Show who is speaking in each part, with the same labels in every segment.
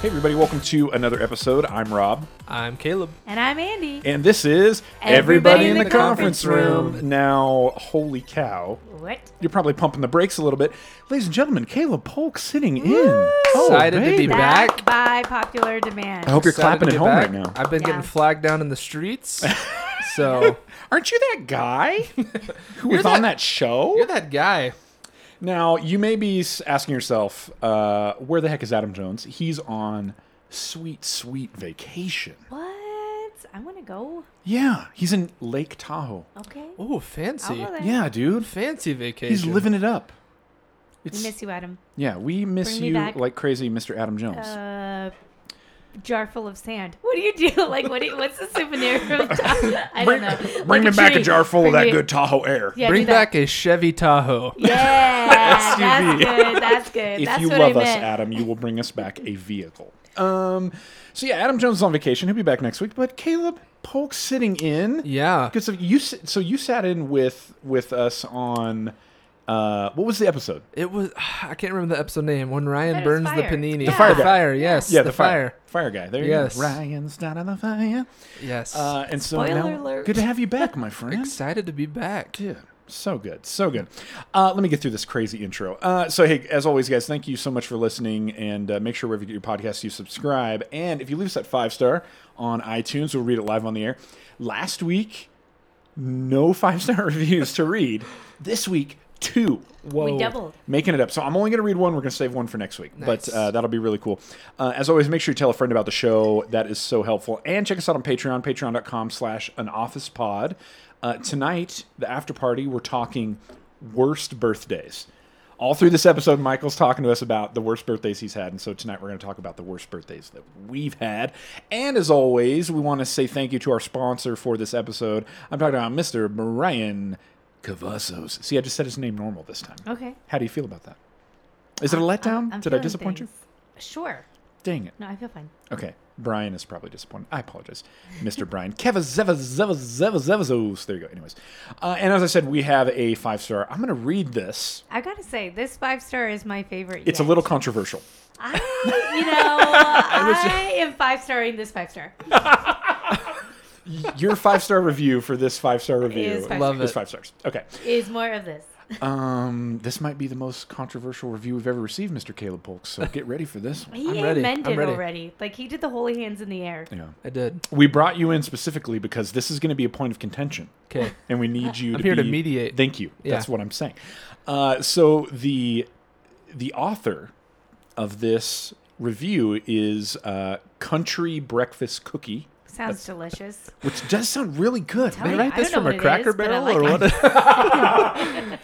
Speaker 1: Hey, everybody, welcome to another episode. I'm Rob,
Speaker 2: I'm Caleb.
Speaker 3: And I'm Andy.
Speaker 1: and this is
Speaker 3: Everybody in the Conference
Speaker 1: Room. Now, holy cow,
Speaker 3: What?
Speaker 1: you're probably pumping the brakes a little bit. Ladies and gentlemen, Caleb Polk sitting in. Oh,
Speaker 2: Excited to be
Speaker 1: baby.
Speaker 2: back.
Speaker 3: Back by popular demand.
Speaker 1: I hope you're
Speaker 2: Excited
Speaker 1: clapping
Speaker 2: to
Speaker 1: at
Speaker 2: get
Speaker 1: home
Speaker 2: back.
Speaker 1: right now.
Speaker 2: I've been
Speaker 3: Yeah.
Speaker 2: getting flagged down in the streets. so
Speaker 1: Aren't you that guy who was
Speaker 2: that-
Speaker 1: on that show?
Speaker 2: you're that guy.
Speaker 1: Now, you may be s- asking yourself, uh, where the heck is Adam Jones? He's on sweet, sweet vacation.
Speaker 3: What? I want to go.
Speaker 1: Yeah, he's in Lake Tahoe.
Speaker 3: Okay.
Speaker 2: Oh, fancy.
Speaker 3: I'll go there.
Speaker 1: Yeah, dude.
Speaker 2: Fancy vacation.
Speaker 1: He's living it up.
Speaker 3: We
Speaker 1: It's,
Speaker 3: miss you, Adam.
Speaker 1: yeah, we miss
Speaker 3: Bring me
Speaker 1: you
Speaker 3: back.
Speaker 1: like crazy, Mr. Adam Jones.
Speaker 3: Uh, jar full of sand. What do you do? Like, what? Do you, what's the souvenir from? Ta- I don't know. Like tree. Bring me-
Speaker 1: Tahoe air.
Speaker 3: Yeah,
Speaker 2: Bring
Speaker 3: do that.
Speaker 2: back a Chevy Tahoe.
Speaker 3: Yeah,
Speaker 1: SUV.
Speaker 3: that's good. That's good.
Speaker 1: If
Speaker 3: that's
Speaker 1: you
Speaker 3: what
Speaker 1: love
Speaker 3: I
Speaker 1: us,
Speaker 3: meant.
Speaker 1: Adam, you will bring us back a vehicle. Um, so yeah, Adam Jones is on vacation. He'll be back next week. But Caleb Polk sitting in.
Speaker 2: Yeah.
Speaker 1: Because you s- so you sat in with with us on uh, what was the episode?
Speaker 2: It was I can't remember the episode name. When Ryan
Speaker 3: That
Speaker 2: burns
Speaker 3: was
Speaker 2: the
Speaker 3: fire.
Speaker 2: panini.
Speaker 3: The fire
Speaker 1: guy.
Speaker 2: yes. the, fire.
Speaker 1: fire guy. There
Speaker 2: Yes.
Speaker 1: you go. Ryan's down on the fire.
Speaker 2: Yes.
Speaker 1: Uh, and so
Speaker 3: Spoiler
Speaker 1: now,
Speaker 3: alert.
Speaker 1: good to have you back, my friend.
Speaker 2: Excited to be back.
Speaker 1: Yeah. So good. So good. Uh, let me get through this crazy intro. Uh, so, hey, as always, guys, thank you so much for listening. And uh, make sure wherever you get your podcast, you subscribe. And if you leave us that five star on iTunes, we'll read it live on the air. Last week, no five star reviews to read. This week, two. Whoa.
Speaker 3: We doubled.
Speaker 1: Making it up. So I'm only going to read one. We're going to save one for next week.
Speaker 2: Nice.
Speaker 1: But uh, that'll be really cool. Uh, as always, make sure you tell a friend about the show. That is so helpful. And check us out on Patreon, patreon.com slash an office pod. Uh, tonight, the after party, we're talking worst birthdays. All through this episode, Michael's talking to us about the worst birthdays he's had. And so tonight we're going to talk about the worst birthdays that we've had. And as always, we want to say thank you to our sponsor for this episode. I'm talking about Mr. Brian Cavazos. See, I just said his name normal this time.
Speaker 3: Okay.
Speaker 1: How do you feel about that? Is it a letdown?
Speaker 3: I'm
Speaker 1: Did I
Speaker 3: feeling
Speaker 1: disappoint
Speaker 3: things. Sure.
Speaker 1: you? Dang it.
Speaker 3: No, I feel fine.
Speaker 1: Okay. Brian is probably disappointed. I apologize. Mr. Brian. Kevin Zeva Zeva Zeva Zeva Zeus. There you go. Anyways. Uh, and as I said, we have a five star. I'm going to read this.
Speaker 3: I gotta say, this five star is my favorite.
Speaker 1: It's a
Speaker 3: yet.
Speaker 1: little controversial.
Speaker 3: I, you know, I, am five starring this five star.
Speaker 1: Your five star review for this five star review
Speaker 3: Is five
Speaker 2: Love
Speaker 1: is
Speaker 2: it.
Speaker 1: five stars. Okay.
Speaker 3: Is more of this.
Speaker 1: Um, this might be the most controversial review we've ever received, Mr. Caleb Polk. So get ready for this one.
Speaker 3: He
Speaker 2: I'm ready.
Speaker 3: meant
Speaker 2: I'm
Speaker 3: it
Speaker 2: ready.
Speaker 3: already. Like he did the holy hands in the air.
Speaker 1: Yeah.
Speaker 2: I did.
Speaker 1: We brought you in specifically because this is going to be a point of contention.
Speaker 2: Okay.
Speaker 1: and we need you. to
Speaker 2: here to
Speaker 1: be-
Speaker 2: mediate.
Speaker 1: Thank you. That's
Speaker 2: Yeah.
Speaker 1: what I'm saying. Uh, so the the author of this review is uh, Country Breakfast Cookie,
Speaker 3: Sounds delicious.
Speaker 1: which does sound really good.
Speaker 3: Tell
Speaker 2: They
Speaker 3: you,
Speaker 2: write
Speaker 3: I
Speaker 2: this
Speaker 3: don't know
Speaker 2: from a
Speaker 3: what it
Speaker 2: Cracker
Speaker 3: is, but I
Speaker 2: Barrel
Speaker 3: like
Speaker 2: or
Speaker 3: it.
Speaker 2: what?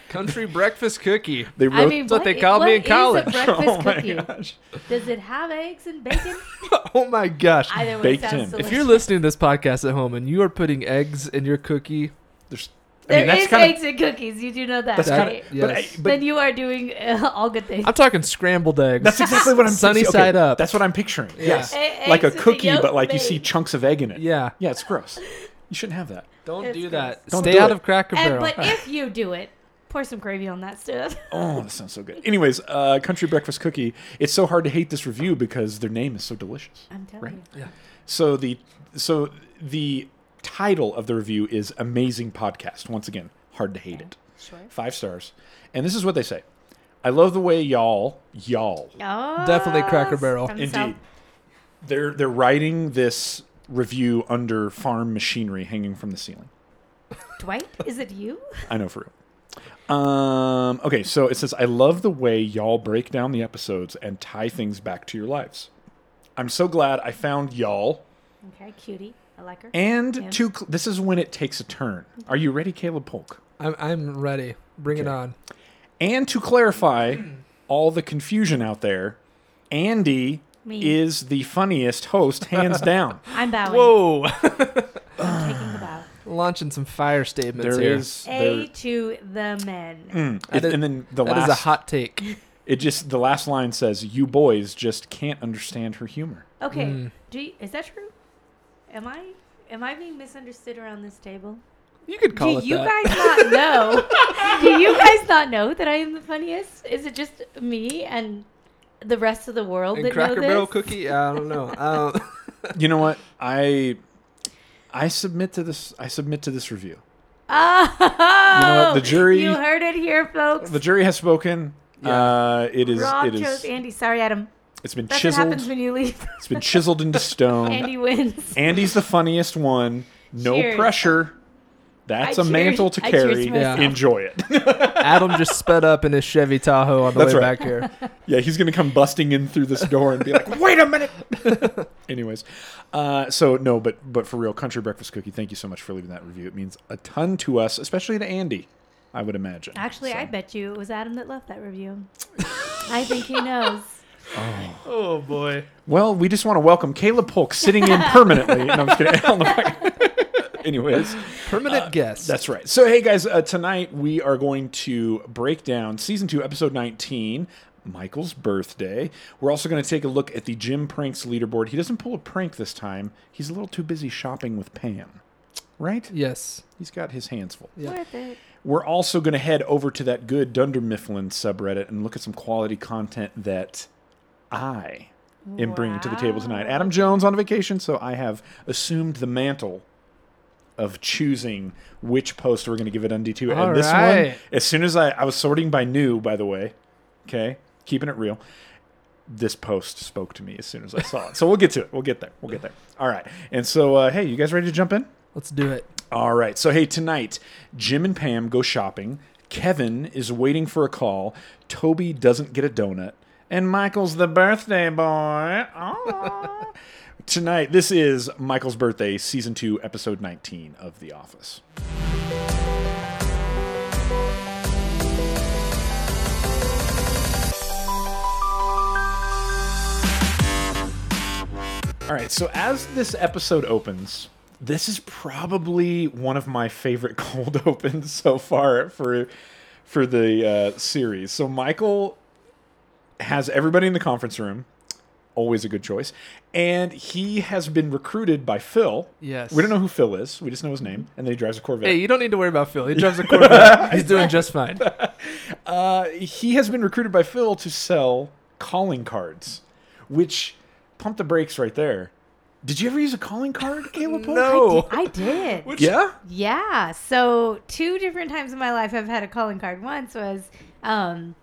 Speaker 2: Country breakfast cookie.
Speaker 1: They wrote.
Speaker 3: I mean,
Speaker 2: That's what they
Speaker 3: i-
Speaker 2: called me in
Speaker 3: is a
Speaker 2: college.
Speaker 3: breakfast
Speaker 1: oh my
Speaker 3: cookie?
Speaker 1: gosh!
Speaker 3: Does it have eggs and bacon?
Speaker 2: oh my gosh.
Speaker 3: Either way,
Speaker 1: Baked
Speaker 3: sounds
Speaker 1: in.
Speaker 3: delicious.
Speaker 2: If you're listening to this podcast at home and you are putting eggs in your cookie,
Speaker 1: There's, I
Speaker 3: There
Speaker 1: mean, that's
Speaker 3: is
Speaker 1: kinda-
Speaker 3: eggs and cookies. You do know that,
Speaker 1: That's
Speaker 3: right?
Speaker 1: kind
Speaker 2: kinda-
Speaker 1: of.
Speaker 2: Yes.
Speaker 1: But,
Speaker 3: then
Speaker 1: but
Speaker 3: you are doing uh, all good things.
Speaker 2: I'm talking scrambled eggs.
Speaker 1: that's exactly what I'm
Speaker 2: Sunny
Speaker 1: see, okay,
Speaker 2: side up.
Speaker 1: That's what I'm picturing. Yes,
Speaker 3: E-
Speaker 1: like a
Speaker 3: eggs with the
Speaker 1: cookie,
Speaker 3: yolk
Speaker 1: but like you see
Speaker 3: made.
Speaker 1: chunks of egg in it.
Speaker 2: yeah.
Speaker 1: yeah, it's gross. You shouldn't have that.
Speaker 2: Don't
Speaker 3: It's
Speaker 2: do
Speaker 3: gross.
Speaker 2: that.
Speaker 1: Don't
Speaker 2: Stay
Speaker 1: do
Speaker 2: out
Speaker 1: it.
Speaker 2: of Cracker
Speaker 3: and,
Speaker 2: Barrel.
Speaker 3: but if you do it, pour some gravy on that stuff.
Speaker 1: Oh, that sounds so good. Anyways, uh, Country Breakfast Cookie. It's so hard to hate this review because their name is so delicious.
Speaker 3: I'm telling
Speaker 1: Right.
Speaker 3: you.
Speaker 1: So the so the title of the review is "Amazing Podcast." Once again, hard to hate it.
Speaker 3: Sure.
Speaker 1: Five stars. And this is what they say: I love the way y'all y'all
Speaker 3: Oh,
Speaker 2: Definitely Cracker Barrel.
Speaker 3: from the
Speaker 1: indeed.
Speaker 3: South.
Speaker 1: They're they're writing this review under farm machinery hanging from the ceiling.
Speaker 3: Dwight, is it you?
Speaker 1: I know for real. Um, okay, so it says, I love the way y'all break down the episodes and tie things back to your lives. I'm so glad I found y'all.
Speaker 3: Okay, cutie. I like her.
Speaker 1: And
Speaker 3: Yeah.
Speaker 1: two, cl- this is when it takes a turn. Are you ready, Caleb Polk?
Speaker 2: I'm, I'm ready. Bring it
Speaker 1: Okay.
Speaker 2: on.
Speaker 1: And to clarify all the confusion out there, Andy
Speaker 3: Me.
Speaker 1: is the funniest host, hands down.
Speaker 3: I'm bowing.
Speaker 2: Whoa.
Speaker 3: I'm taking the bow.
Speaker 2: Launching some fire statements
Speaker 1: There
Speaker 2: here.
Speaker 1: is, there,
Speaker 3: A to the men.
Speaker 1: Mm.
Speaker 2: That is-
Speaker 1: and then the
Speaker 2: That is
Speaker 1: last,
Speaker 2: a hot take.
Speaker 1: it just the last line says, "You boys just can't understand her humor."
Speaker 3: Okay,
Speaker 2: Mm.
Speaker 3: do you, is that true? Am I am I being misunderstood around this table?
Speaker 2: You could call
Speaker 3: do
Speaker 2: it
Speaker 3: you
Speaker 2: that.
Speaker 3: guys not know? do you guys not know that I am the funniest? Is it just me and the rest of the world
Speaker 2: And
Speaker 3: that
Speaker 2: Cracker
Speaker 3: know
Speaker 2: Barrel
Speaker 3: this?
Speaker 2: cookie? I don't know. Um, I don't,
Speaker 1: You know what? I I submit to this. I submit to this review.
Speaker 3: Oh,
Speaker 1: what? The jury-
Speaker 3: You heard it here, folks.
Speaker 1: The jury has spoken. Uh, it is.
Speaker 3: Raw
Speaker 1: It is.
Speaker 3: truth, Andy. Sorry, Adam.
Speaker 1: It's been
Speaker 3: That's what
Speaker 1: chiseled.
Speaker 3: happens when you leave.
Speaker 1: It's been chiseled into stone.
Speaker 3: Andy wins.
Speaker 1: Andy's the funniest one. No
Speaker 3: Cheers.
Speaker 1: pressure. That's
Speaker 3: I
Speaker 1: a
Speaker 3: cheered-
Speaker 1: mantle to
Speaker 3: I cheered
Speaker 1: carry.
Speaker 3: myself.
Speaker 2: Yeah.
Speaker 1: Enjoy it.
Speaker 2: Adam just sped up in his Chevy Tahoe on the
Speaker 1: That's
Speaker 2: way
Speaker 1: right.
Speaker 2: back here.
Speaker 1: Yeah, he's gonna come busting in through this door and be like, "Wait a minute." Anyways, uh, so no, but but for real, Country Breakfast Cookie, thank you so much for leaving that review. It means a ton to us, especially to Andy. I would imagine.
Speaker 3: Actually,
Speaker 1: So-
Speaker 3: I bet you it was Adam that left that review. I think he knows.
Speaker 2: Oh boy.
Speaker 1: Well, we just want to welcome Caleb Polk sitting in permanently. No, I'm just kidding. I don't know. Anyways,
Speaker 2: Permanent guest.
Speaker 1: that's right. So hey guys, uh, tonight we are going to break down season two, episode 19. Michael's birthday. We're also going to take a look at the Jim Pranks leaderboard. He doesn't pull a prank this time. He's a little too busy shopping with Pam, right?
Speaker 2: Yes.
Speaker 1: He's got his hands full.
Speaker 2: Yeah.
Speaker 3: Worth it.
Speaker 1: We're also going to head over to that good Dunder Mifflin subreddit and look at some quality content that I am bringing to the table tonight.
Speaker 3: Wow.
Speaker 1: Adam Jones on vacation, so I have assumed the mantle of choosing which post we're going to give it undie to.
Speaker 2: All
Speaker 1: and this one,
Speaker 2: right.
Speaker 1: as soon as I, I was sorting by new, by the way, okay, keeping it real. This post spoke to me as soon as I saw it. So we'll get to it. We'll get there. We'll get there. All right. And so, uh, hey, you guys ready to jump in?
Speaker 2: Let's do it.
Speaker 1: All right. So, hey, tonight, Jim and Pam go shopping. Kevin is waiting for a call. Toby doesn't get a donut. And Michael's the birthday boy. Aw. tonight, this is Michael's birthday, season two, episode 19 of The Office. All right, so as this episode opens, this is probably one of my favorite cold opens so far for for the uh, series. So Michael has everybody in the conference room, always a good choice, and he has been recruited by Phil.
Speaker 2: Yes.
Speaker 1: we don't know who Phil is. We just know his name, and then he drives a Corvette.
Speaker 2: Hey, you don't need to worry about Phil. He drives a Corvette. He's doing just fine.
Speaker 1: Uh, he has been recruited by Phil to sell calling cards, which pump the brakes right there. Did you ever use a calling card, Caleb? Polk?
Speaker 2: No.
Speaker 3: Oh. I did.
Speaker 1: Yeah.
Speaker 3: Yeah. So two different times in my life I've had a calling card. Once was um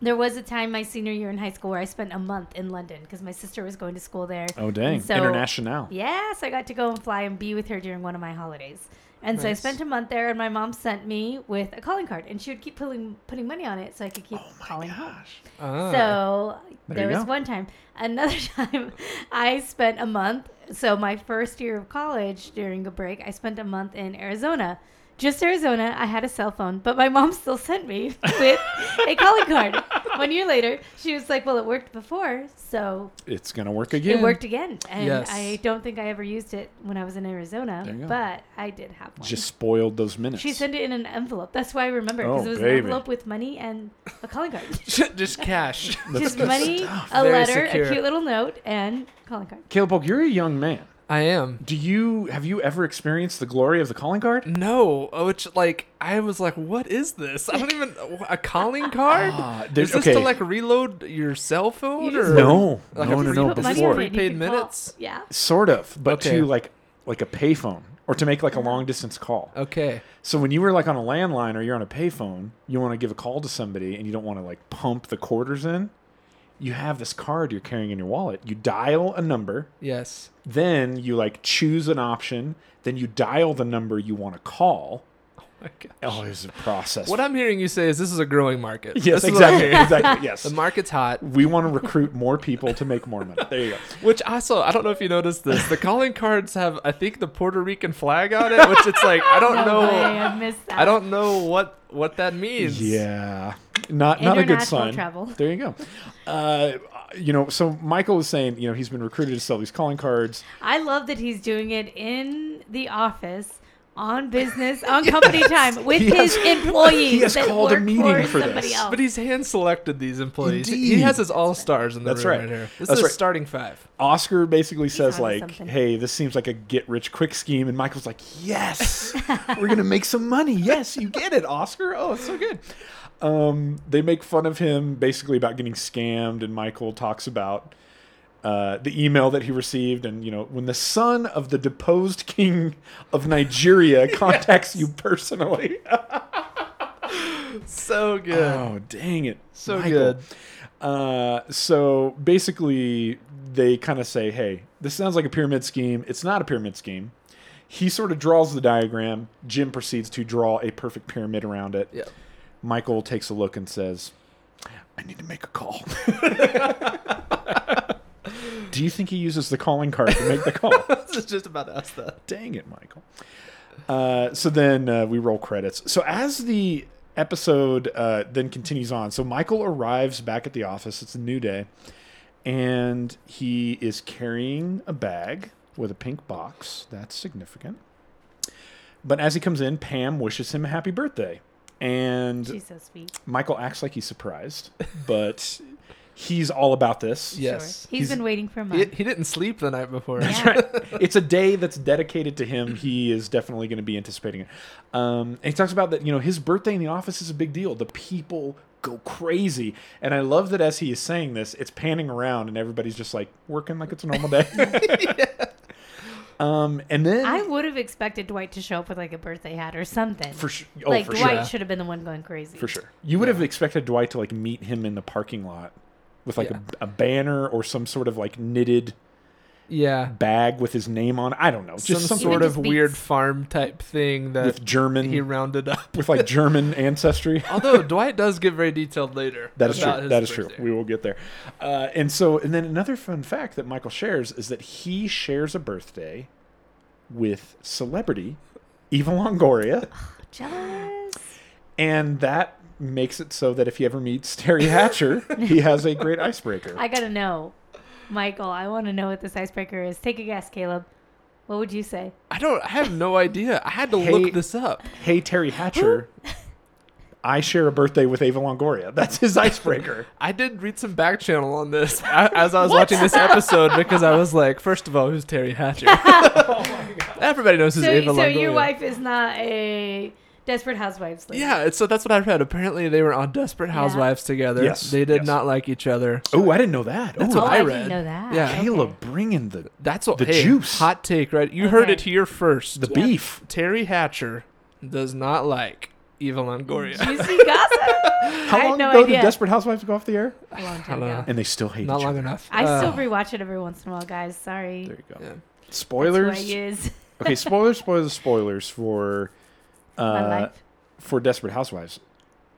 Speaker 3: there was a time my senior year in high school where I spent a month in London because my sister was going to school there.
Speaker 1: Oh dang!
Speaker 3: And so-
Speaker 1: International.
Speaker 3: Yes, I got to go and fly and be with her during one of my holidays. And so I
Speaker 2: Nice.
Speaker 3: spent a month there, and my mom sent me with a calling card, and she would keep pulling, putting money on it so I could
Speaker 1: Oh
Speaker 3: keep calling home.
Speaker 2: Ah.
Speaker 3: So
Speaker 1: There
Speaker 3: there
Speaker 1: you
Speaker 3: was
Speaker 1: go.
Speaker 3: one time. Another time, I spent a month. So my first year of college, during a break, I spent a month in Arizona. Just Arizona. I had a cell phone, but my mom still sent me with a calling card. One year later, she was like, "Well, it worked before, so
Speaker 1: It's gonna work again.
Speaker 3: it worked again." And
Speaker 2: Yes.
Speaker 3: I don't think I ever used it when I was in Arizona,
Speaker 1: There you go.
Speaker 3: but I did have one.
Speaker 1: Just spoiled those minutes.
Speaker 3: she sent it in an envelope. That's why I remember because
Speaker 1: Oh,
Speaker 3: it was
Speaker 1: baby.
Speaker 3: an envelope with money and a calling card.
Speaker 2: just cash.
Speaker 3: Just money, a
Speaker 2: Very
Speaker 3: letter,
Speaker 2: secure.
Speaker 3: a cute little note, and calling card.
Speaker 1: Caleb, Polk, you're a young man.
Speaker 2: I am.
Speaker 1: Do you have you ever experienced the glory of the calling card?
Speaker 2: No, uh, which like I was like, what is this? I don't even a calling card.
Speaker 1: Ah, there's-
Speaker 2: is this
Speaker 1: okay.
Speaker 2: to like reload your cell phone
Speaker 3: You just-
Speaker 2: or
Speaker 1: No,
Speaker 2: Like
Speaker 1: no,
Speaker 2: a
Speaker 1: no,
Speaker 2: free-
Speaker 1: no.
Speaker 2: put money
Speaker 1: Before
Speaker 2: on it. prepaid
Speaker 3: you can call.
Speaker 2: minutes?
Speaker 3: Yeah.
Speaker 1: sort of, but
Speaker 2: Okay.
Speaker 1: to like like a payphone or to make like a
Speaker 3: Mm-hmm.
Speaker 1: long distance call.
Speaker 2: Okay.
Speaker 1: So when you were like on a landline or you're on a payphone, you want to give a call to somebody and you don't want to like pump the quarters in. You have this card you're carrying in your wallet. You dial a number,
Speaker 2: Yes.
Speaker 1: then you like choose an option, then you dial the number you want to call.
Speaker 2: My God.
Speaker 1: Oh, it's a process.
Speaker 2: What I'm hearing you say is this is a growing market.
Speaker 1: yes,
Speaker 2: This is what I'm
Speaker 1: exactly,
Speaker 2: hearing.
Speaker 1: exactly. Yes,
Speaker 2: the market's hot.
Speaker 1: we want to recruit more people to make more money. There you go.
Speaker 2: Which I saw. I don't know if you noticed this. The calling cards have, I think, the Puerto Rican flag on it, which it's like I don't
Speaker 3: No way,
Speaker 2: know.
Speaker 3: Oh, I missed that.
Speaker 2: I don't know what what that means.
Speaker 1: Yeah, not not a good
Speaker 3: International
Speaker 1: sign.
Speaker 3: travel.
Speaker 1: There you go. Uh, you know, so Michael was saying, you know, he's been recruited to sell these calling cards.
Speaker 3: I love that he's doing it in the office. On business, on company time, with
Speaker 1: He has-
Speaker 3: his employees.
Speaker 1: he has
Speaker 3: that
Speaker 1: called a
Speaker 3: work
Speaker 1: meeting for
Speaker 3: somebody
Speaker 1: this.
Speaker 3: Else.
Speaker 2: But he's hand selected these employees. He
Speaker 1: Indeed.
Speaker 2: has his all stars in the
Speaker 1: That's right.
Speaker 2: room right. here. This
Speaker 1: That's
Speaker 2: is
Speaker 1: right.
Speaker 2: starting five.
Speaker 1: Oscar basically says
Speaker 3: onto
Speaker 1: like,
Speaker 3: something.
Speaker 1: "Hey, this seems like a get rich quick scheme," and Michael's like, "Yes, we're gonna make some money. Yes, you get it, Oscar. Oh, it's so good." Um, they make fun of him basically about getting scammed, and Michael talks about uh, the email that he received, and you know when the son of the deposed king of Nigeria contacts you personally.
Speaker 2: So good.
Speaker 1: Oh, dang it.
Speaker 2: So good.
Speaker 1: Uh, so basically, they kind of say, hey, this sounds like a pyramid scheme. It's not a pyramid scheme. He sort of draws the diagram. Jim proceeds to draw a perfect pyramid around it.
Speaker 2: Yeah.
Speaker 1: Michael takes a look and says, I need to make a call. Do you think he uses the calling card to make the call?
Speaker 2: I was just about to ask that.
Speaker 1: Dang it, Michael. Uh, so then uh, we roll credits. So as the episode uh, then continues on, so Michael arrives back at the office. It's a new day, and he is carrying a bag with a pink box. That's significant. But as he comes in, Pam wishes him a happy birthday. And
Speaker 3: She's so sweet.
Speaker 1: Michael acts like he's surprised, but he's all about this.
Speaker 2: Yeah.
Speaker 3: Sure.
Speaker 2: Yes.
Speaker 1: He's-
Speaker 3: he's been waiting for a
Speaker 2: He,
Speaker 3: month.
Speaker 2: he didn't sleep the night before.
Speaker 3: Yeah.
Speaker 1: it's a day that's dedicated to him. He is definitely going to be anticipating it. Um, and he talks about that, you know, his birthday in the office is a big deal. The people go crazy. And I love that as he is saying this, it's panning around and everybody's just like working like it's a normal day. Um, and then
Speaker 3: I would have expected Dwight to show up with like a birthday hat or something.
Speaker 1: for sure, oh,
Speaker 3: like
Speaker 1: for
Speaker 3: Dwight
Speaker 1: sure,
Speaker 3: should have been the one going crazy.
Speaker 1: for sure, you would have expected Dwight to like meet him in the parking lot with like
Speaker 2: Yeah.
Speaker 1: a, a banner or some sort of like knitted
Speaker 2: yeah.
Speaker 1: bag with his name on. it. I don't know,
Speaker 2: Some
Speaker 1: just some
Speaker 2: sort
Speaker 1: sort
Speaker 3: Even
Speaker 2: of
Speaker 3: just beats.
Speaker 2: weird farm type thing that
Speaker 1: with German
Speaker 2: he rounded up.
Speaker 1: with like German ancestry.
Speaker 2: Although Dwight does get very detailed later.
Speaker 1: That is
Speaker 2: about
Speaker 1: true.
Speaker 2: his
Speaker 1: That is true.
Speaker 2: birthday.
Speaker 1: We will get there. Uh, and so, and then another fun fact that Michael shares is that he shares a birthday with celebrity Eva Longoria,
Speaker 3: Jealous.
Speaker 1: and that makes it so that if he ever meets Terry Hatcher, he has a great icebreaker.
Speaker 3: I gotta know, Michael. I want to know what this icebreaker is. Take a guess, Caleb. What would you say?
Speaker 2: I don't. I have no idea. I had to
Speaker 1: Hey-
Speaker 2: look this up.
Speaker 1: hey, Terry Hatcher. I share a birthday with Ava Longoria. That's his icebreaker.
Speaker 2: I did read some back channel on this a- as I was watching this episode because I was like, first of all, who's Terry Hatcher?
Speaker 1: Oh
Speaker 2: Everybody knows who's
Speaker 3: So,
Speaker 2: Ava
Speaker 3: so your
Speaker 2: Longoria.
Speaker 3: wife is not a Desperate Housewives lady.
Speaker 2: Yeah, so that's what I read. Apparently, they were on Desperate Housewives together.
Speaker 1: Yes,
Speaker 2: they did
Speaker 1: yes.
Speaker 2: not like each other.
Speaker 1: Oh, I didn't know that.
Speaker 2: That's
Speaker 1: oh,
Speaker 3: Oh,
Speaker 2: what
Speaker 3: I,
Speaker 2: I
Speaker 3: didn't
Speaker 2: read.
Speaker 3: know that.
Speaker 2: Yeah.
Speaker 3: Okay.
Speaker 1: Caleb bringing the
Speaker 2: That's what
Speaker 1: The
Speaker 2: hey,
Speaker 1: juice.
Speaker 2: Hot take, right? You heard
Speaker 3: Okay.
Speaker 2: it here first.
Speaker 1: the beef.
Speaker 2: Terry Hatcher does not like Eva Longoria.
Speaker 3: Juicy gossip.
Speaker 1: How
Speaker 3: I had
Speaker 1: long
Speaker 3: no
Speaker 1: ago
Speaker 3: idea.
Speaker 1: did Desperate Housewives go off the air?
Speaker 3: A long
Speaker 2: I
Speaker 3: time
Speaker 2: don't
Speaker 3: ago.
Speaker 2: know.
Speaker 1: And they still hate
Speaker 2: not
Speaker 1: each
Speaker 2: long
Speaker 1: other.
Speaker 2: enough.
Speaker 3: I
Speaker 2: Uh,
Speaker 3: still rewatch it every once in a while, guys. Sorry.
Speaker 1: There you go.
Speaker 2: yeah.
Speaker 3: That's who I
Speaker 1: Spoilers.
Speaker 3: is.
Speaker 1: okay, spoilers, spoilers, spoilers for
Speaker 3: My
Speaker 1: uh,
Speaker 3: life.
Speaker 1: for Desperate Housewives.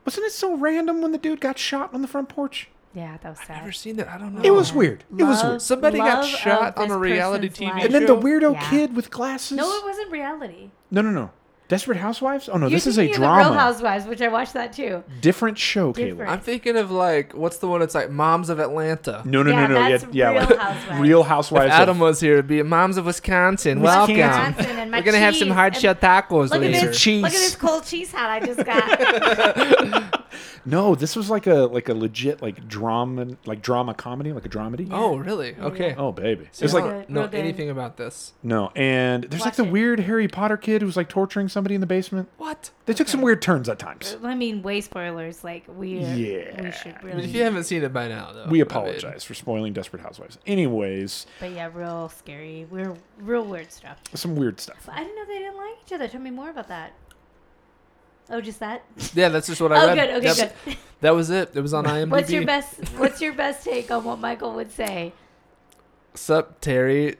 Speaker 1: Wasn't it so random when the dude got shot on the front porch?
Speaker 3: Yeah, that was sad.
Speaker 2: Never seen it. I don't know.
Speaker 1: It was weird. It was
Speaker 3: Love-
Speaker 1: weird.
Speaker 2: Somebody got
Speaker 3: love
Speaker 2: shot
Speaker 3: of
Speaker 2: on
Speaker 3: this
Speaker 2: a reality
Speaker 3: person's
Speaker 2: TV
Speaker 3: life.
Speaker 1: And then the weirdo
Speaker 3: Yeah.
Speaker 1: kid with glasses.
Speaker 3: No, it wasn't reality.
Speaker 1: no, no, no. Desperate Housewives? Oh no,
Speaker 3: You're
Speaker 1: this is a
Speaker 3: thinking of The Real
Speaker 1: drama.
Speaker 3: Housewives, which I watched that too.
Speaker 1: Different show, Caleb.
Speaker 3: Different.
Speaker 2: I'm thinking of like what's the one that's like Moms of Atlanta.
Speaker 1: No, no,
Speaker 3: Yeah,
Speaker 1: no, no.
Speaker 3: that's
Speaker 1: yeah, yeah.
Speaker 3: Real
Speaker 1: like-
Speaker 3: Housewives.
Speaker 1: Real Housewives.
Speaker 2: If
Speaker 1: of-
Speaker 2: Adam was here, it'd be Moms of Wisconsin.
Speaker 1: Wisconsin.
Speaker 2: Welcome.
Speaker 3: Wisconsin and my
Speaker 2: We're gonna have some
Speaker 3: cheese
Speaker 2: hard
Speaker 3: and-
Speaker 2: shell tacos
Speaker 3: Look at
Speaker 2: later.
Speaker 3: this
Speaker 1: Cheese.
Speaker 3: Look at this cold cheese hat I just got.
Speaker 1: no, this was like a like a legit like drama like drama comedy like a dramedy.
Speaker 2: Oh, really? Okay.
Speaker 1: Oh baby,
Speaker 2: See,
Speaker 1: it's
Speaker 2: I
Speaker 1: like
Speaker 2: don't
Speaker 3: Good,
Speaker 2: know
Speaker 3: real good.
Speaker 2: anything about this.
Speaker 1: no, and there's like
Speaker 3: Watch
Speaker 1: the
Speaker 3: it.
Speaker 1: weird Harry Potter kid who's like torturing somebody in the basement.
Speaker 2: What?
Speaker 1: They took some weird turns at times.
Speaker 3: I mean, way spoilers. Like we.
Speaker 1: Yeah.
Speaker 3: We should
Speaker 2: I mean, if
Speaker 3: really.
Speaker 2: you haven't seen it by now, though,
Speaker 1: We
Speaker 2: I mean,
Speaker 1: apologize for spoiling Desperate Housewives. Anyways,
Speaker 3: But yeah, real scary. We're real weird stuff.
Speaker 1: some weird stuff.
Speaker 3: But I didn't know they didn't like each other. Tell me more about that. Oh, just that.
Speaker 2: yeah, that's just what I
Speaker 3: Oh,
Speaker 2: read.
Speaker 3: good. Okay,
Speaker 2: Yep.
Speaker 3: good.
Speaker 2: That was it. It was on IMDb.
Speaker 3: What's your best? What's your best take on what Michael would say?
Speaker 2: Sup, Terry?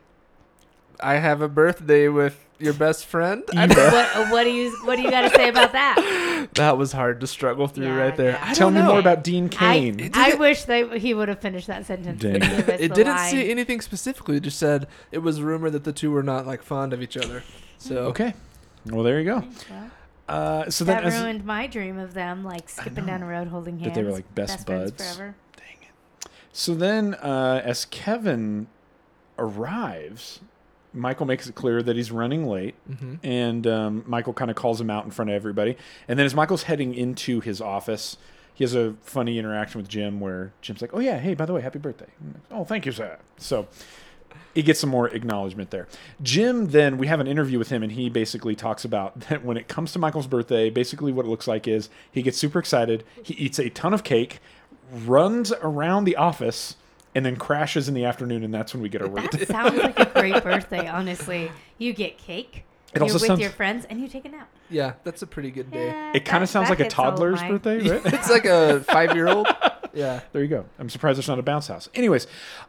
Speaker 2: I have a birthday with your best friend. I-
Speaker 3: what, what do you What do you got to say about that?
Speaker 2: that was hard to struggle through
Speaker 3: Yeah,
Speaker 2: right there.
Speaker 3: yeah.
Speaker 2: I
Speaker 1: Tell
Speaker 2: don't
Speaker 1: me
Speaker 2: know.
Speaker 1: more about Dean Kane.
Speaker 3: I,
Speaker 2: It
Speaker 3: I
Speaker 2: didn't-
Speaker 3: wish they, he would have finished that sentence.
Speaker 1: Dang.
Speaker 3: and give us
Speaker 2: It
Speaker 3: the
Speaker 2: didn't
Speaker 3: line.
Speaker 2: say anything specifically. It just said it was rumored that the two were not like fond of each other. So
Speaker 1: okay, well there you go.
Speaker 3: Well,
Speaker 1: Uh, so then,
Speaker 3: that
Speaker 1: as,
Speaker 3: ruined my dream of them like skipping down a road holding hands.
Speaker 1: That they were, like, best
Speaker 3: friends
Speaker 1: buds.
Speaker 3: forever.
Speaker 1: so then, uh, as Kevin arrives, Michael makes it clear that he's running late, and um, Michael kind of calls him out in front of everybody. And then, as Michael's heading into his office, he has a funny interaction with Jim, where Jim's like, "Oh yeah, hey, by the way, happy birthday." And, Oh, thank you, sir. So he gets some more acknowledgement there. Jim, then we have an interview with him, and he basically talks about that when it comes to Michael's birthday, basically what it looks like is he gets super excited, he eats a ton of cake, runs around the office, and then crashes in the afternoon, and that's when we get our rate.
Speaker 3: That sounds like a great birthday, honestly. You get cake.
Speaker 1: It
Speaker 3: you're
Speaker 1: also
Speaker 3: with
Speaker 1: sounds-
Speaker 3: your friends and you take a nap.
Speaker 2: Yeah, that's a pretty good day.
Speaker 3: Yeah,
Speaker 1: It kind
Speaker 3: that-
Speaker 1: of sounds
Speaker 3: that
Speaker 1: like a
Speaker 3: gets old,
Speaker 1: toddler's
Speaker 3: Mike.
Speaker 1: birthday, right?
Speaker 2: It's like a five year old. Yeah.
Speaker 1: there you go. I'm surprised there's not a bounce house. Anyways,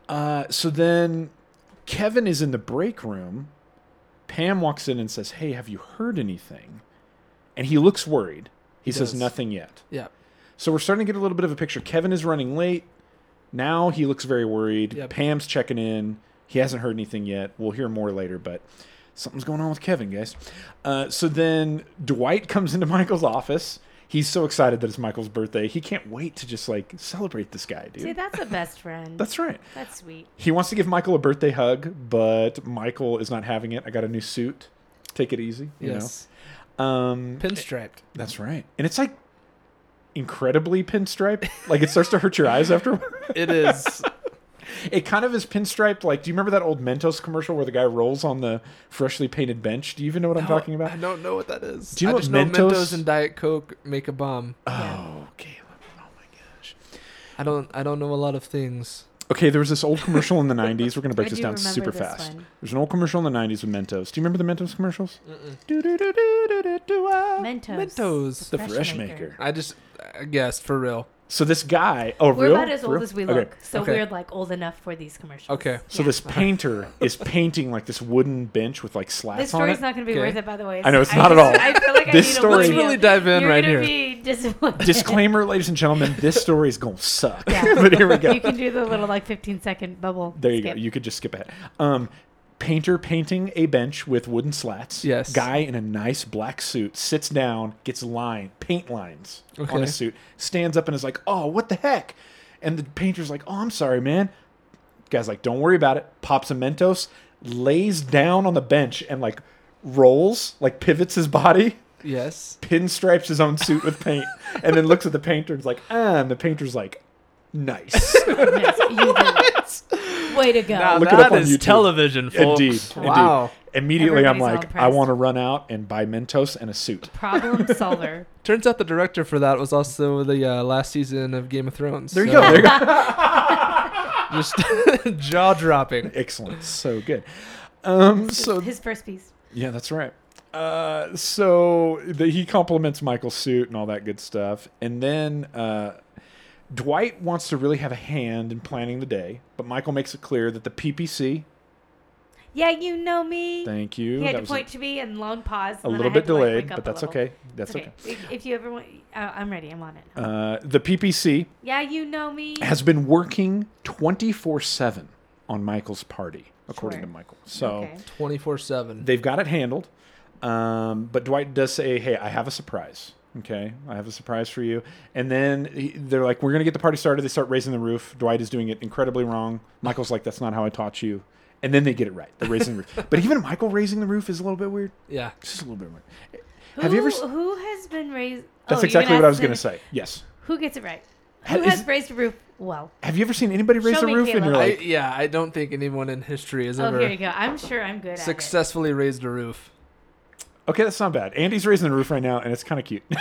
Speaker 1: uh, so then Kevin is in the break room. Pam walks in and says, "Hey, have you heard anything?" And he looks worried. He, says
Speaker 2: does.
Speaker 1: nothing yet.
Speaker 2: Yeah.
Speaker 1: So we're starting to get a little bit of a picture. Kevin is running late. Now he looks very worried.
Speaker 2: Yep.
Speaker 1: Pam's checking in. He hasn't heard anything yet. We'll hear more later, but something's going on with Kevin, guys. Uh, so then Dwight comes into Michael's office. He's so excited that it's Michael's birthday. He can't wait to just like celebrate this guy, dude.
Speaker 3: See, that's a best friend.
Speaker 1: That's right.
Speaker 3: That's sweet.
Speaker 1: He wants to give Michael a birthday hug, but Michael is not having it. I got a new suit. Take it easy, you
Speaker 2: Yes.
Speaker 1: know. Um,
Speaker 2: Pinstriped.
Speaker 1: that's right. And it's like incredibly pinstripe. Like it starts to hurt your eyes after.
Speaker 2: It is.
Speaker 1: It kind of is pinstripe. Like, do you remember that old Mentos commercial where the guy rolls on the freshly painted bench? Do you even know what I'm talking
Speaker 2: I
Speaker 1: about?
Speaker 2: don't know what that is.
Speaker 1: Do you
Speaker 2: I
Speaker 1: know what
Speaker 2: just know
Speaker 1: Mentos-
Speaker 2: Mentos and Diet Coke make a bomb.
Speaker 1: Oh, Caleb. Oh my gosh.
Speaker 2: I don't. I don't know a lot of things.
Speaker 1: Okay, there was this old commercial in the '90s. We're gonna break
Speaker 3: I
Speaker 1: this
Speaker 3: do
Speaker 1: down
Speaker 3: remember
Speaker 1: super
Speaker 3: this
Speaker 1: fast.
Speaker 3: one.
Speaker 1: There's an old commercial in the '90s with Mentos. Do you remember the Mentos commercials? Do-do-do-do-do-do-do-ah.
Speaker 3: Mentos.
Speaker 2: Mentos.
Speaker 1: The Fresh Maker.
Speaker 2: I just. I guessed for real.
Speaker 1: So this guy, oh,
Speaker 3: We're
Speaker 1: real?
Speaker 3: about as old
Speaker 1: Real?
Speaker 3: as we
Speaker 1: Okay.
Speaker 3: look, so
Speaker 2: Okay.
Speaker 3: we're like old enough for these commercials.
Speaker 2: Okay.
Speaker 1: So this painter is painting like this wooden bench with like slats
Speaker 3: This
Speaker 1: on
Speaker 3: story's
Speaker 1: it.
Speaker 3: not going to be
Speaker 2: Okay.
Speaker 3: worth it, by the way.
Speaker 1: I know, it's
Speaker 3: I
Speaker 1: not at
Speaker 3: just-
Speaker 1: all.
Speaker 3: I feel like I
Speaker 1: This
Speaker 3: need
Speaker 1: story-
Speaker 3: A
Speaker 1: Let's
Speaker 3: warning.
Speaker 2: really dive in
Speaker 3: You're
Speaker 2: right
Speaker 3: gonna
Speaker 2: here.
Speaker 3: Be disappointed.
Speaker 1: Disclaimer, ladies and gentlemen, this story is gonna suck.
Speaker 3: Yeah.
Speaker 1: but here we go.
Speaker 3: You can do the little like 15 second bubble.
Speaker 1: There you
Speaker 3: skip.
Speaker 1: go. You could just skip ahead. Um, painter painting a bench with wooden slats.
Speaker 2: Yes.
Speaker 1: Guy in a nice black suit sits down, gets line paint lines on
Speaker 2: Okay.
Speaker 1: his suit, stands up and is like, "Oh, what the heck?" And the painter's like, "Oh, I'm sorry, man." Guy's like, "Don't worry about it." Pops a Mentos, lays down on the bench and like rolls, like pivots his body.
Speaker 2: Yes.
Speaker 1: Pinstripes his own suit with paint, and then looks at the painter and's like, ah, and the painter's like, nice.
Speaker 3: Yes, you did it. Way to go.
Speaker 1: Look it up on YouTube.
Speaker 2: television,
Speaker 1: Indeed.
Speaker 2: Wow.
Speaker 1: Indeed. Immediately, I'm
Speaker 3: Everybody's all
Speaker 1: like, I
Speaker 3: impressed.
Speaker 1: want to run out and buy Mentos and a suit.
Speaker 3: Problem solver.
Speaker 2: Turns out the director for that was also the uh, last season of Game of Thrones.
Speaker 1: There you
Speaker 2: so
Speaker 1: go. There you go.
Speaker 2: Just jaw dropping.
Speaker 1: Excellent. So good. Um, so
Speaker 3: His first piece.
Speaker 1: yeah, that's right. Uh, so the, he compliments Michael's suit and all that good stuff, and then uh, Dwight wants to really have a hand in planning the day, but Michael makes it clear that the PPC.
Speaker 3: Yeah, you know me.
Speaker 1: Thank you.
Speaker 3: He had
Speaker 1: that
Speaker 3: to
Speaker 1: was
Speaker 3: point to me and long pause.
Speaker 1: a, a
Speaker 3: and then I
Speaker 1: little
Speaker 3: had
Speaker 1: bit
Speaker 3: to, like,
Speaker 1: delayed,
Speaker 3: wake up
Speaker 1: but
Speaker 3: a
Speaker 1: that's
Speaker 3: little.
Speaker 1: okay. That's
Speaker 3: It's
Speaker 1: okay.
Speaker 3: If- If you ever want, uh, I'm ready. I'm on it.
Speaker 1: Uh, the PPC
Speaker 3: yeah, you know me.
Speaker 1: has been working 24 7 on Michael's party, according
Speaker 3: Sure.
Speaker 1: to Michael. So
Speaker 3: Okay.
Speaker 2: Twenty four seven.
Speaker 1: they've got it handled. Um, but Dwight does say, hey, I have a surprise. Okay, I have a surprise for you. And then he, they're like, we're going to get the party started. They start raising the roof. Dwight is doing it incredibly wrong. Michael's like, that's not how I taught you. And then they get it right. They're raising the roof. But even Michael raising the roof is a little bit weird.
Speaker 2: Yeah.
Speaker 1: It's just a little bit weird.
Speaker 3: who,
Speaker 1: Have you ever. s-
Speaker 3: Who has been raised?
Speaker 1: That's
Speaker 3: oh, you're
Speaker 1: exactly
Speaker 3: gonna
Speaker 1: what I
Speaker 3: ask
Speaker 1: was going to
Speaker 3: them
Speaker 1: say. Yes.
Speaker 3: Who gets it right?
Speaker 1: Ha-
Speaker 3: Who
Speaker 1: is-
Speaker 3: has raised a roof well?
Speaker 1: Have you ever seen anybody raise
Speaker 3: Show
Speaker 1: the
Speaker 3: me,
Speaker 1: roof and
Speaker 3: Caleb.
Speaker 1: you're
Speaker 2: I,
Speaker 1: like,
Speaker 2: yeah. I don't think anyone in history has
Speaker 3: Oh, here
Speaker 2: ever
Speaker 3: you go. I'm sure I'm good at
Speaker 2: successfully raised a roof.
Speaker 1: Okay, that's not bad. Andy's raising the roof right now, and it's kind of cute. but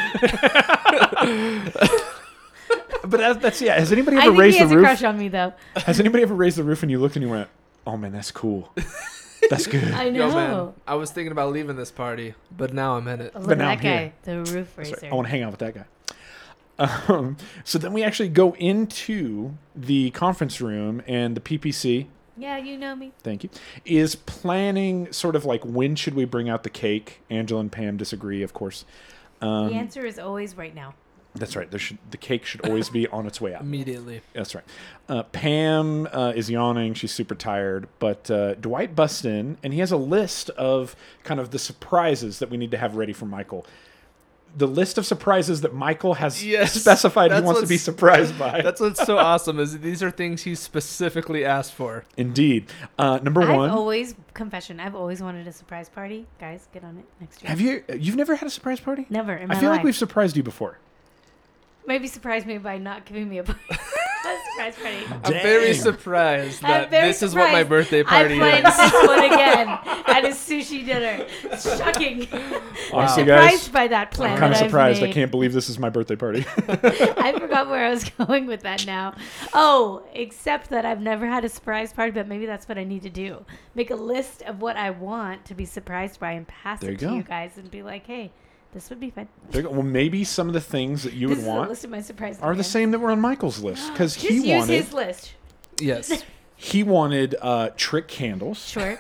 Speaker 1: that, that's yeah. Has anybody
Speaker 3: it. I
Speaker 1: ever
Speaker 3: think he
Speaker 1: raised the
Speaker 3: has a
Speaker 1: roof?
Speaker 3: crush on me, though.
Speaker 1: Has anybody ever raised the roof and you looked and you went, "Oh man, that's cool. That's good."
Speaker 3: I
Speaker 2: Yo,
Speaker 3: know. Oh,
Speaker 2: man. I was thinking about leaving this party, but now I'm in it.
Speaker 3: Look
Speaker 1: But
Speaker 3: at
Speaker 1: now
Speaker 3: that
Speaker 1: I'm
Speaker 3: guy,
Speaker 1: here.
Speaker 3: the roof
Speaker 1: That's
Speaker 3: raiser.
Speaker 1: right. I want to hang out with that guy. Um, so then we actually go into the conference room, and the PPC,
Speaker 3: Yeah, you know me.
Speaker 1: thank you, is planning sort of like when should we bring out the cake. Angela and Pam disagree, of course. Um,
Speaker 3: the answer is always right now.
Speaker 1: That's right. There should, the cake should always be on its way out.
Speaker 2: Immediately.
Speaker 1: That's right. Uh, Pam uh, is yawning. She's super tired. But uh, Dwight busts in, and he has a list of kind of the surprises that we need to have ready for Michael. The list of surprises that Michael has
Speaker 2: Yes,
Speaker 1: specified he
Speaker 2: that's
Speaker 1: wants to be
Speaker 2: what's-
Speaker 1: surprised by.
Speaker 2: That's what's so awesome is these are things he specifically asked for.
Speaker 1: Indeed. Uh, number one.
Speaker 3: I've always confession. I've always wanted a surprise party. Guys, get on it next year.
Speaker 1: have you? You've never had a surprise party?
Speaker 3: Never in my
Speaker 1: I feel
Speaker 3: life.
Speaker 1: like we've surprised you before.
Speaker 3: Maybe surprise me by not giving me a party. a surprise party.
Speaker 2: I'm very
Speaker 1: Dang.
Speaker 2: surprised
Speaker 3: I'm
Speaker 2: that
Speaker 3: very
Speaker 2: this is what my
Speaker 3: surprised.
Speaker 2: birthday
Speaker 3: I
Speaker 2: party
Speaker 3: planned
Speaker 2: is.
Speaker 3: this one again at a sushi dinner. It's shocking.
Speaker 1: Honestly,
Speaker 3: surprised
Speaker 1: guys,
Speaker 3: by that plan.
Speaker 1: I'm kind of
Speaker 3: that I've
Speaker 1: surprised. I
Speaker 3: made.
Speaker 1: can't believe this is my birthday party.
Speaker 3: I forgot where I was going with that now. Oh, except that I've never had a surprise party, but maybe that's what I need to do. Make a list of what I want to be surprised by and pass
Speaker 1: There
Speaker 3: it
Speaker 1: you
Speaker 3: to
Speaker 1: go.
Speaker 3: you guys and be like, hey, this would be fun.
Speaker 1: There you go. well, maybe some of the things that you
Speaker 3: this
Speaker 1: would
Speaker 3: is a
Speaker 1: want
Speaker 3: list of my surprises.
Speaker 1: are the
Speaker 3: man.
Speaker 1: same that were on Michael's list because
Speaker 3: Just
Speaker 1: he
Speaker 3: use
Speaker 1: wanted
Speaker 3: his list.
Speaker 2: Yes.
Speaker 1: he wanted uh, trick candles.
Speaker 3: Sure.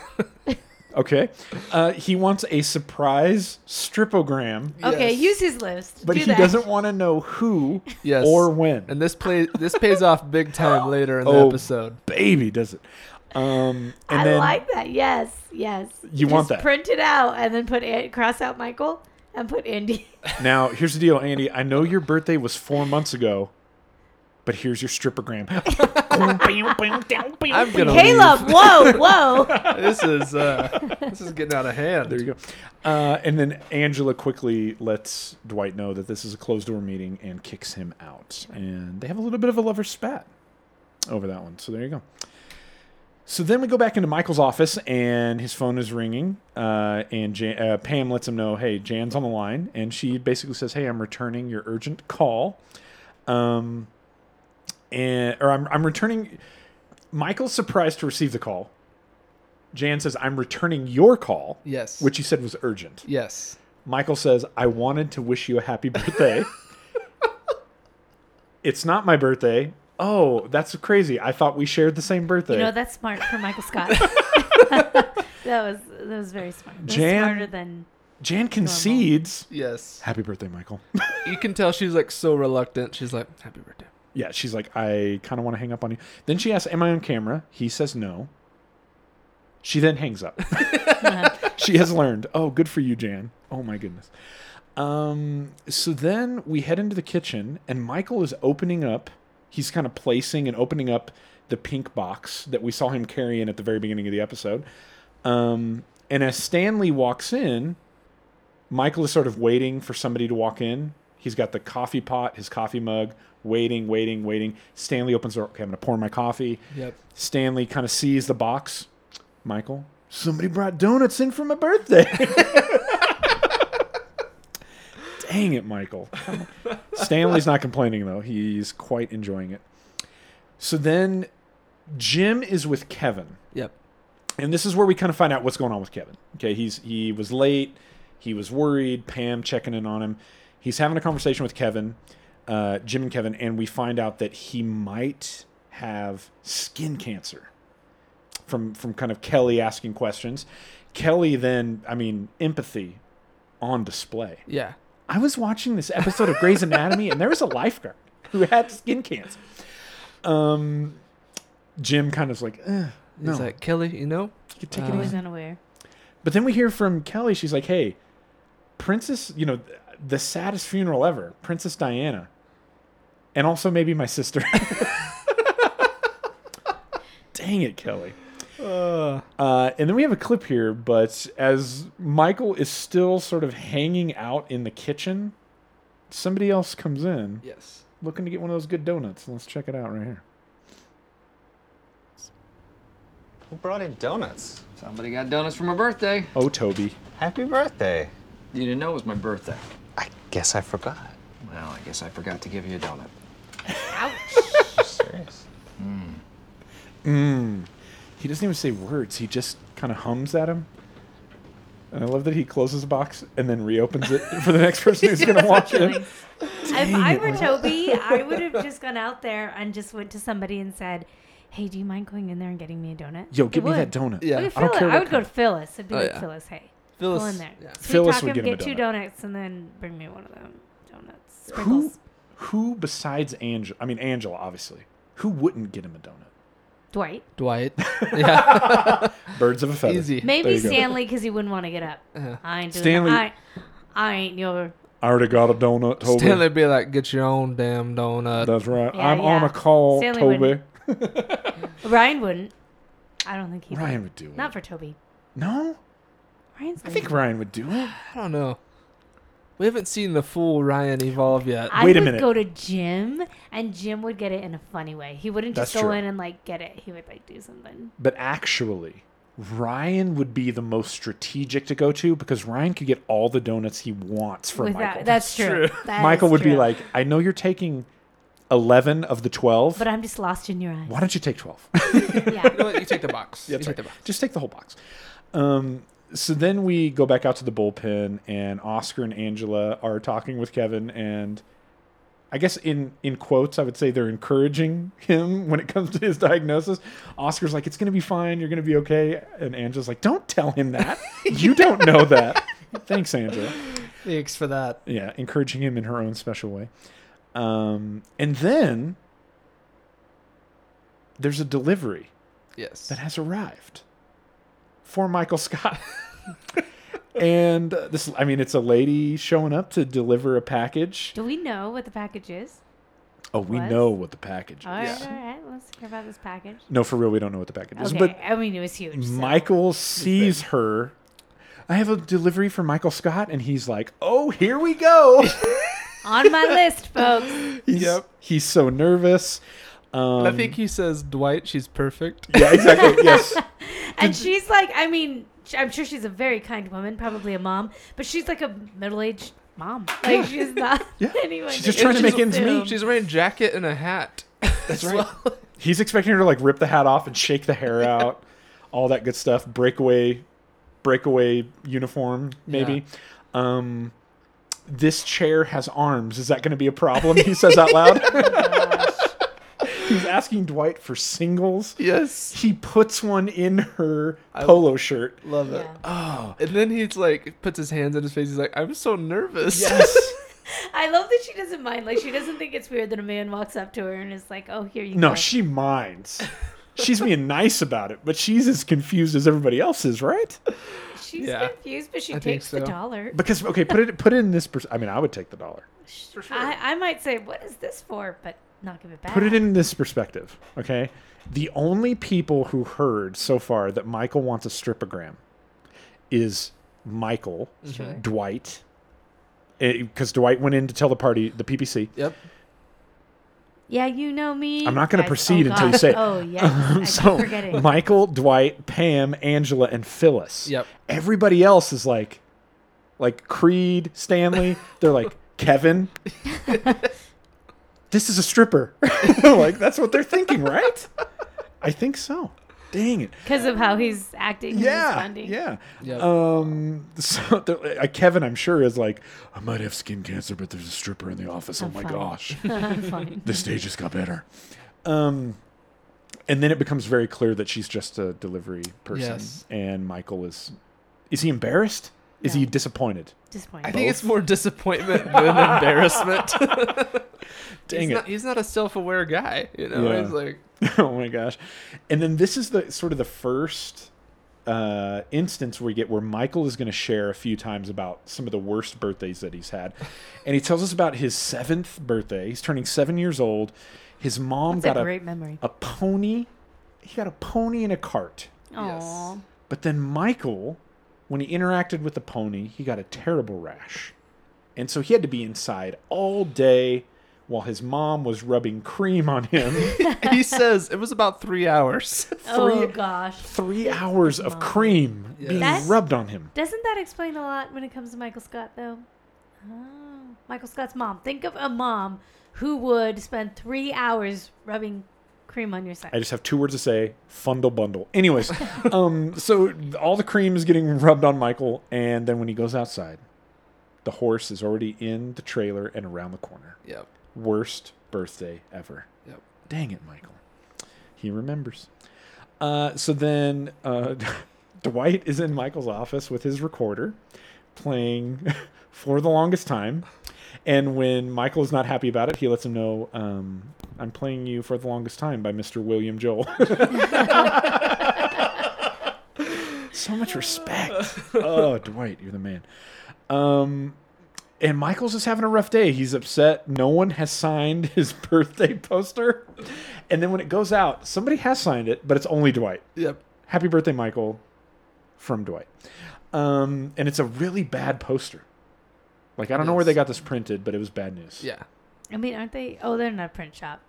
Speaker 1: Okay, uh, he wants a surprise stripogram,
Speaker 3: Okay,
Speaker 2: Yes.
Speaker 3: use his list.
Speaker 1: but
Speaker 3: do
Speaker 1: he
Speaker 3: that.
Speaker 1: doesn't want to know who
Speaker 2: Yes.
Speaker 1: or when.
Speaker 2: And this play this pays off big time later in the
Speaker 1: Oh.
Speaker 2: episode.
Speaker 1: baby does it. Um, and
Speaker 3: I
Speaker 1: then
Speaker 3: like that. Yes, yes.
Speaker 1: You
Speaker 3: Just
Speaker 1: want that.
Speaker 3: Print it out and then put it, cross out Michael and put Andy.
Speaker 1: now here's the deal, Andy. I know your birthday was four months ago, but here's your stripogram.
Speaker 2: I'm gonna
Speaker 3: Caleb, whoa, whoa.
Speaker 2: leave. This is uh, this is getting out of hand.
Speaker 1: there you go. Uh, and then Angela quickly lets Dwight know that this is a closed door meeting and kicks him out. And they have a little bit of a lover's spat over that one. So there you go. So then we go back into Michael's office, and his phone is ringing. Uh, and Jan- uh, Pam lets him know, "Hey, Jan's on the line," and she basically says, "Hey, I'm returning your urgent call." Um, and or I'm I'm returning. Michael's surprised to receive the call. Jan says, "I'm returning your call."
Speaker 2: Yes.
Speaker 1: which you said was urgent.
Speaker 2: Yes.
Speaker 1: Michael says, I wanted to wish you a happy birthday. it's not my birthday. Oh, that's crazy. I thought we shared the same birthday.
Speaker 3: You know, that's smart for Michael Scott. that was that was very smart. That's
Speaker 1: Jan-
Speaker 3: smarter than
Speaker 1: Jan concedes.
Speaker 2: Yes.
Speaker 1: Happy birthday, Michael.
Speaker 2: You can tell she's like so reluctant. She's like, "Happy birthday."
Speaker 1: yeah, she's like, I kind of want to hang up on you. Then she asks, Am I on camera? He says, No. She then hangs up. she has learned. Oh, good for you, Jan. Oh, my goodness. Um, so then we head into the kitchen, and Michael is opening up. He's kind of placing and opening up the pink box that we saw him carrying at the very beginning of the episode. Um, and as Stanley walks in, Michael is sort of waiting for somebody to walk in. He's got the coffee pot, his coffee mug, waiting, waiting, waiting. Stanley opens the door. Okay, I'm going to pour my coffee.
Speaker 2: Yep.
Speaker 1: Stanley kind of sees the box. Michael, somebody brought donuts in for my birthday. Dang it, Michael. Stanley's not complaining, though. He's quite enjoying it. So then Jim is with Kevin
Speaker 2: Yep.
Speaker 1: and this is where we kind of find out what's going on with Kevin. Okay, he's he was late, he was worried. Pam checking in on him. He's having a conversation with Kevin, uh, Jim and Kevin, and we find out that he might have skin cancer from from kind of Kelly asking questions. Kelly then, I mean, empathy on display.
Speaker 2: Yeah.
Speaker 1: I was watching this episode of Grey's Anatomy, and there was a lifeguard who had skin cancer. Um, Jim kind of's like, eh, no,
Speaker 2: He's like, "Kelly, you know,
Speaker 1: you can take it
Speaker 2: Uh,
Speaker 1: easy.
Speaker 3: always unaware.
Speaker 1: But then we hear from Kelly. She's like, "Hey, Princess, you know, th- the saddest funeral ever, Princess Diana, and also maybe my sister." Dang it, Kelly.
Speaker 2: uh,
Speaker 1: Uh, and then we have a clip here, but as Michael is still sort of hanging out in the kitchen, somebody else comes in
Speaker 2: yes."
Speaker 1: looking to get one of those good donuts. Let's check it out right here.
Speaker 4: Who brought in donuts?
Speaker 5: Somebody got donuts for my birthday.
Speaker 1: Oh, Toby.
Speaker 4: Happy birthday.
Speaker 5: You didn't know it was my birthday.
Speaker 4: I guess I forgot.
Speaker 5: Well, I guess I forgot to give you a donut.
Speaker 4: Are you serious?
Speaker 1: He doesn't even say words. He just kind of hums at him. And I love that he closes a box and then reopens it for the next person who's going to walk in.
Speaker 3: If I were Toby, I would have just gone out there and just went to somebody and said, "Hey, do you mind going in there and getting me a donut?"
Speaker 1: Yo,
Speaker 3: I
Speaker 1: give me that
Speaker 3: would.
Speaker 1: donut.
Speaker 2: Yeah.
Speaker 3: Look at
Speaker 1: I don't
Speaker 3: Phyllis.
Speaker 1: care
Speaker 3: I,
Speaker 1: what
Speaker 3: would go to Phyllis. I'd be
Speaker 2: Oh,
Speaker 3: like,
Speaker 2: yeah.
Speaker 3: Phyllis, hey,
Speaker 2: Phyllis-
Speaker 3: go in there.
Speaker 2: yeah.
Speaker 3: Sweet
Speaker 1: Phyllis
Speaker 3: talk
Speaker 1: would
Speaker 3: him,
Speaker 1: get him a
Speaker 3: get two
Speaker 1: donut.
Speaker 3: donuts and then bring me one of them donuts.
Speaker 1: Who,
Speaker 3: Sprinkles.
Speaker 1: who besides Angela, I mean, Angela, obviously, who wouldn't get him a donut?
Speaker 3: Dwight.
Speaker 2: Dwight. Yeah.
Speaker 1: Birds of a feather.
Speaker 2: Easy.
Speaker 1: There
Speaker 3: Maybe
Speaker 1: you go.
Speaker 3: Stanley because he wouldn't want to get up.
Speaker 2: Uh-huh.
Speaker 3: I ain't doing
Speaker 1: Stanley-
Speaker 3: that. I, I ain't your.
Speaker 1: I already got a donut, Toby.
Speaker 2: Stanley'd be like, "Get your own damn donut."
Speaker 1: That's right.
Speaker 3: Yeah,
Speaker 1: I'm on
Speaker 3: yeah.
Speaker 1: a call,
Speaker 3: Stanley
Speaker 1: Toby.
Speaker 3: wouldn't. Ryan wouldn't. I don't think he. would.
Speaker 1: Ryan would do it.
Speaker 3: Not for Toby.
Speaker 1: no?
Speaker 3: Ryan's.
Speaker 1: I think Ryan would do it.
Speaker 2: I don't know. We haven't seen the full Ryan evolve yet.
Speaker 3: I
Speaker 1: Wait a
Speaker 3: would
Speaker 1: minute.
Speaker 3: go to Jim, and Jim would get it in a funny way. He wouldn't just
Speaker 1: That's
Speaker 3: go
Speaker 1: true.
Speaker 3: in and like get it. He would like do something.
Speaker 1: But actually, Ryan would be the most strategic to go to because Ryan could get all the donuts he wants from
Speaker 3: With
Speaker 1: Michael.
Speaker 3: that, that's, true. That
Speaker 1: Michael
Speaker 3: is
Speaker 1: would be
Speaker 3: true.
Speaker 1: like, I know you're taking 11 of the 12.
Speaker 3: but I'm just lost in your eyes.
Speaker 1: Why don't you take 12?
Speaker 3: Yeah.
Speaker 2: you take the box.
Speaker 1: That's right. Just take the whole box. Um, so then we go back out to the bullpen, and Oscar and Angela are talking with Kevin, and I guess in in quotes, I would say they're encouraging him when it comes to his diagnosis. Oscar's like, "It's gonna be fine. You're gonna be okay," and Angela's like, "Don't tell him that. You don't know that." Thanks, Angela.
Speaker 2: Thanks for that.
Speaker 1: Yeah, encouraging him in her own special way. Um, and then there's a delivery
Speaker 2: Yes.
Speaker 1: that has arrived for Michael Scott. and uh, this, I mean, it's a lady showing up to deliver a package.
Speaker 3: Do we know what the package is?
Speaker 1: Oh, we
Speaker 3: What?
Speaker 1: know what the package is.
Speaker 3: All right, all right. Let's hear about this package.
Speaker 1: No, for real, we don't know what the package is.
Speaker 3: Okay,
Speaker 1: But
Speaker 3: I mean it was huge. so-
Speaker 1: Michael sees her. I have a delivery for Michael Scott, and he's like, "Oh, here we go."
Speaker 3: on my list, folks.
Speaker 1: he's,
Speaker 2: Yep.
Speaker 1: He's so nervous. Um,
Speaker 2: I think he says, Dwight, she's perfect.
Speaker 1: yeah, exactly. yes.
Speaker 3: And she's like, I mean, sh- I'm sure she's a very kind woman, probably a mom, but she's like a middle-aged mom. Like she's not
Speaker 1: Yeah.
Speaker 3: anyone.
Speaker 1: She's just
Speaker 3: that
Speaker 1: trying to
Speaker 3: you
Speaker 1: make ends
Speaker 3: assume.
Speaker 1: meet.
Speaker 2: She's wearing a jacket and a hat. That's
Speaker 1: right. He's expecting her to like rip the hat off and shake the hair out, all that good stuff. Breakaway, breakaway uniform, maybe. Um, this chair has arms. Is that going to be a problem? He says out loud. he was asking Dwight for singles.
Speaker 2: Yes.
Speaker 1: He puts one in her polo shirt.
Speaker 2: Love it.
Speaker 3: Yeah.
Speaker 1: Uh,
Speaker 2: And then he's like, puts his hands on his face. He's like, I'm so nervous.
Speaker 1: Yes. uh.
Speaker 3: I love that she doesn't mind. Like she doesn't think it's weird that a man walks up to her and is like, "Oh, here you go."
Speaker 1: No, she minds. She's being nice about it, but she's as confused as everybody else is, right?
Speaker 3: she's
Speaker 2: Yeah.
Speaker 3: confused, but she
Speaker 2: I think
Speaker 3: takes
Speaker 2: so.
Speaker 3: the dollar.
Speaker 1: Because okay, put it put it in this. Pers- I mean, I would take the dollar.
Speaker 3: I, I might say, "What is this for?" But not give it back.
Speaker 1: Put it in this perspective, okay? The only people who heard so far that Michael wants a stripogram is Michael,
Speaker 3: Sure.
Speaker 1: Dwight, because Dwight went in to tell the party, the PPC.
Speaker 2: Yep.
Speaker 3: Yeah, you know me.
Speaker 1: I'm not gonna
Speaker 3: Guys-
Speaker 1: proceed
Speaker 3: oh,
Speaker 1: until you
Speaker 3: gosh.
Speaker 1: say it.
Speaker 3: Oh yeah.
Speaker 1: so
Speaker 3: forget it.
Speaker 1: Michael, Dwight, Pam, Angela, and Phyllis.
Speaker 2: Yep.
Speaker 1: Everybody else is like, like Creed, Stanley. They're like Kevin. this is a stripper. like that's what they're thinking, right? I think so. Dang it.
Speaker 3: Because of how he's acting. and
Speaker 1: Yeah,
Speaker 3: responding.
Speaker 1: yeah.
Speaker 2: Yep.
Speaker 1: Um, so the- uh, Kevin, I'm sure, is like, I might have skin cancer, but there's a stripper in the office. oh
Speaker 3: I'm
Speaker 1: my
Speaker 3: fine."
Speaker 1: gosh,
Speaker 3: Fine.
Speaker 1: this day just got better. Um, and then it becomes very clear that she's just a delivery person,
Speaker 2: Yes.
Speaker 1: and Michael is, is he embarrassed? Is
Speaker 3: No.
Speaker 1: he disappointed?
Speaker 3: Disappointing.
Speaker 2: I think it's more disappointment than embarrassment.
Speaker 1: Dang
Speaker 2: he's
Speaker 1: it.
Speaker 2: Not, he's not a self-aware guy, you know.
Speaker 1: Yeah.
Speaker 2: He's like,
Speaker 1: oh my gosh and then this is the sort of the first uh, instance we get where michael is going to share a few times about some of the worst birthdays that he's had and he tells us about his seventh birthday he's turning seven years old his mom
Speaker 3: That's
Speaker 1: got
Speaker 3: a
Speaker 1: a,
Speaker 3: great memory.
Speaker 1: a pony he got a pony and a cart
Speaker 3: Aw.
Speaker 1: but then michael when he interacted with the pony he got a terrible rash and so he had to be inside all day while his mom was rubbing cream on him
Speaker 2: he says it was about three hours.
Speaker 3: Oh gosh.
Speaker 1: three hours of cream being
Speaker 3: That's-
Speaker 1: rubbed on him.
Speaker 3: Doesn't that explain a lot when it comes to Michael Scott though? Oh, Michael Scott's mom. Think of a mom who would spend three hours rubbing cream on your side.
Speaker 1: I just have two words to say: fundle bundle. Anyways, um, so all the cream is getting rubbed on Michael, and then when he goes outside, the horse is already in the trailer and around the corner.
Speaker 2: Yep.
Speaker 1: Worst birthday ever.
Speaker 2: Yep.
Speaker 1: Dang it, Michael. He remembers. Uh, so then uh, Dwight is in Michael's office with his recorder playing for the longest time. And when Michael is not happy about it, he lets him know, um, I'm playing you for the longest time by Mr. William Joel. so much respect. Oh, Dwight, you're the man. Um, and Michael's just having a rough day. He's upset. No one has signed his birthday poster. And then when it goes out, somebody has signed it, but it's only Dwight.
Speaker 2: Yep.
Speaker 1: Happy birthday, Michael, from Dwight. Um, and it's a really bad poster. Like I don't know where they
Speaker 2: Yes.
Speaker 1: got this printed, but it was bad news.
Speaker 2: Yeah.
Speaker 3: I mean, aren't they? Oh, they're not a print shop.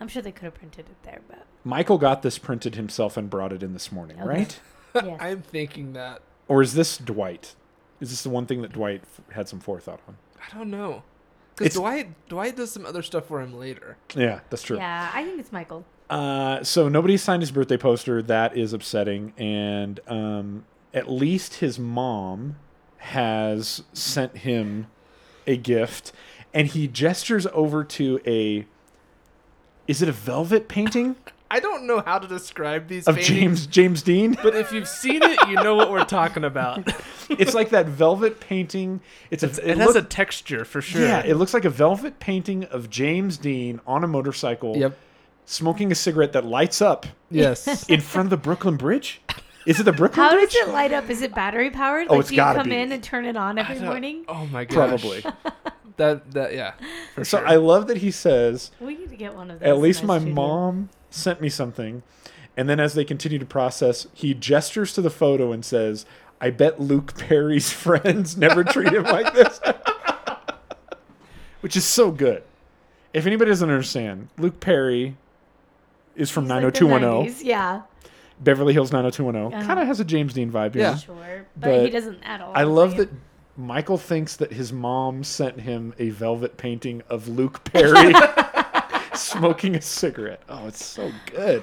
Speaker 3: I'm sure they could have printed it there, but
Speaker 1: Michael got this printed himself and brought it in this morning,
Speaker 3: Okay.
Speaker 1: right?
Speaker 3: yes.
Speaker 2: I'm thinking that.
Speaker 1: Or is this Dwight? Is this the one thing that Dwight f- had some forethought on?
Speaker 2: I don't know.
Speaker 1: It's-
Speaker 2: Because Dwight, Dwight does some other stuff for him later.
Speaker 1: Yeah, that's true.
Speaker 3: yeah, I think it's Michael.
Speaker 1: Uh, so nobody signed his birthday poster. That is upsetting. And um, at least his mom has sent him a gift. And he gestures over to a. Is it a velvet painting
Speaker 2: I don't know how to describe these
Speaker 1: of James
Speaker 2: paintings,
Speaker 1: James Dean?
Speaker 2: but if you've seen it, you know what we're talking about.
Speaker 1: It's like that velvet painting. It's a,
Speaker 2: it has a texture for sure.
Speaker 1: yeah. It looks like a velvet painting of James Dean on a motorcycle,
Speaker 2: yep.
Speaker 1: smoking a cigarette that lights up
Speaker 2: Yes.
Speaker 1: in front of the Brooklyn Bridge. Is it the Brooklyn
Speaker 3: How
Speaker 1: Bridge?
Speaker 3: does it light up? Is it battery powered?
Speaker 1: Oh,
Speaker 3: like,
Speaker 1: it's
Speaker 3: do you
Speaker 1: gotta
Speaker 3: come
Speaker 1: be.
Speaker 3: in and turn it on every morning?
Speaker 2: oh my gosh.
Speaker 1: Probably.
Speaker 2: That that yeah. For
Speaker 1: So
Speaker 2: sure.
Speaker 1: I love that he says,
Speaker 3: We need to get one of those.
Speaker 1: at least
Speaker 3: in
Speaker 1: my
Speaker 3: studio.
Speaker 1: mom sent me something. And then as they continue to process, he gestures to the photo and says, I bet Luke Perry's friends never treat him like this. Which is so good. If anybody doesn't understand, Luke Perry is from
Speaker 3: It's like the
Speaker 1: 90210,
Speaker 3: 90s, Yeah,
Speaker 1: Beverly Hills 90210.
Speaker 3: Uh-huh.
Speaker 1: Kind of has a James Dean vibe to
Speaker 2: Yeah.
Speaker 1: him.
Speaker 3: sure, but,
Speaker 1: But
Speaker 3: he doesn't at all.
Speaker 1: I love that Michael thinks that his mom sent him a velvet painting of Luke Perry smoking a cigarette. Oh, it's so good.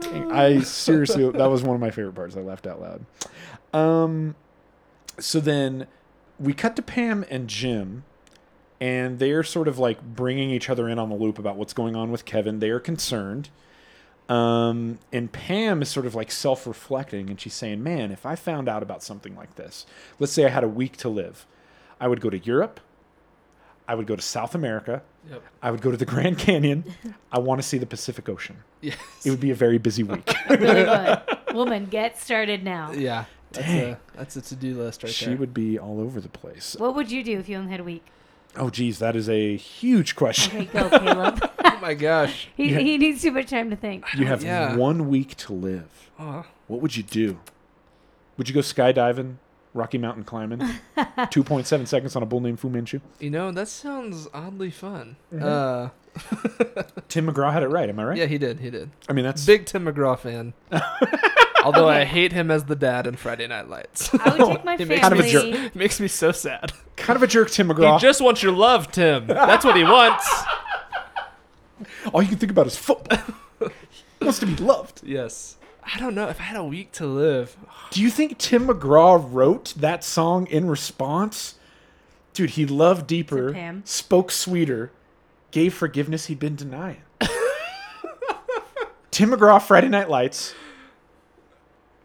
Speaker 1: Dang, I seriously, that was one of my favorite parts. I laughed out loud. Um, so then we cut to Pam and Jim, and they're sort of like bringing each other in on the loop about what's going on with Kevin. They are concerned. Um, and Pam is sort of like self reflecting, and she's saying, Man, if I found out about something like this, let's say I had a week to live, I would go to Europe, I would go to South America,
Speaker 2: Yep.
Speaker 1: I would go to the Grand Canyon, I want to see the Pacific Ocean.
Speaker 2: Yes.
Speaker 1: It would be a very busy week.
Speaker 3: Really good. Woman, get started now.
Speaker 2: Yeah. That's a that's a to do list right
Speaker 1: she
Speaker 2: there.
Speaker 1: would be all over the place.
Speaker 3: What would you do if you only had a week?
Speaker 1: Oh, geez, that is a huge question.
Speaker 3: Okay, go, Caleb.
Speaker 2: oh my gosh.
Speaker 3: he,
Speaker 1: Yeah.
Speaker 3: he needs too much time to think.
Speaker 1: You have
Speaker 2: Yeah.
Speaker 1: one week to live.
Speaker 2: Oh.
Speaker 1: What would you do? Would you go skydiving, Rocky Mountain climbing, 2.7 seconds on a bull named Fu Manchu?
Speaker 2: You know, that sounds oddly fun. Uh
Speaker 1: Tim McGraw had it right. Am I right?
Speaker 2: yeah, he did, he did.
Speaker 1: I mean, that's
Speaker 2: Big Tim McGraw fan. Although I
Speaker 3: Okay.
Speaker 2: hate him as the dad in Friday Night Lights.
Speaker 3: I would take my
Speaker 2: He makes
Speaker 3: family.
Speaker 2: me
Speaker 1: Kind of a
Speaker 2: so- makes me so sad.
Speaker 1: kind of a jerk, Tim McGraw.
Speaker 2: He just wants your love, Tim. That's what he wants.
Speaker 1: All you can think about is football. He wants to be loved.
Speaker 2: yes. I don't know if I had a week to live.
Speaker 1: Do you think Tim McGraw wrote that song in response? Dude, he loved
Speaker 3: To
Speaker 1: deeper,
Speaker 3: Pam.
Speaker 1: spoke sweeter, gave forgiveness he'd been denying. Tim McGraw, Friday Night Lights.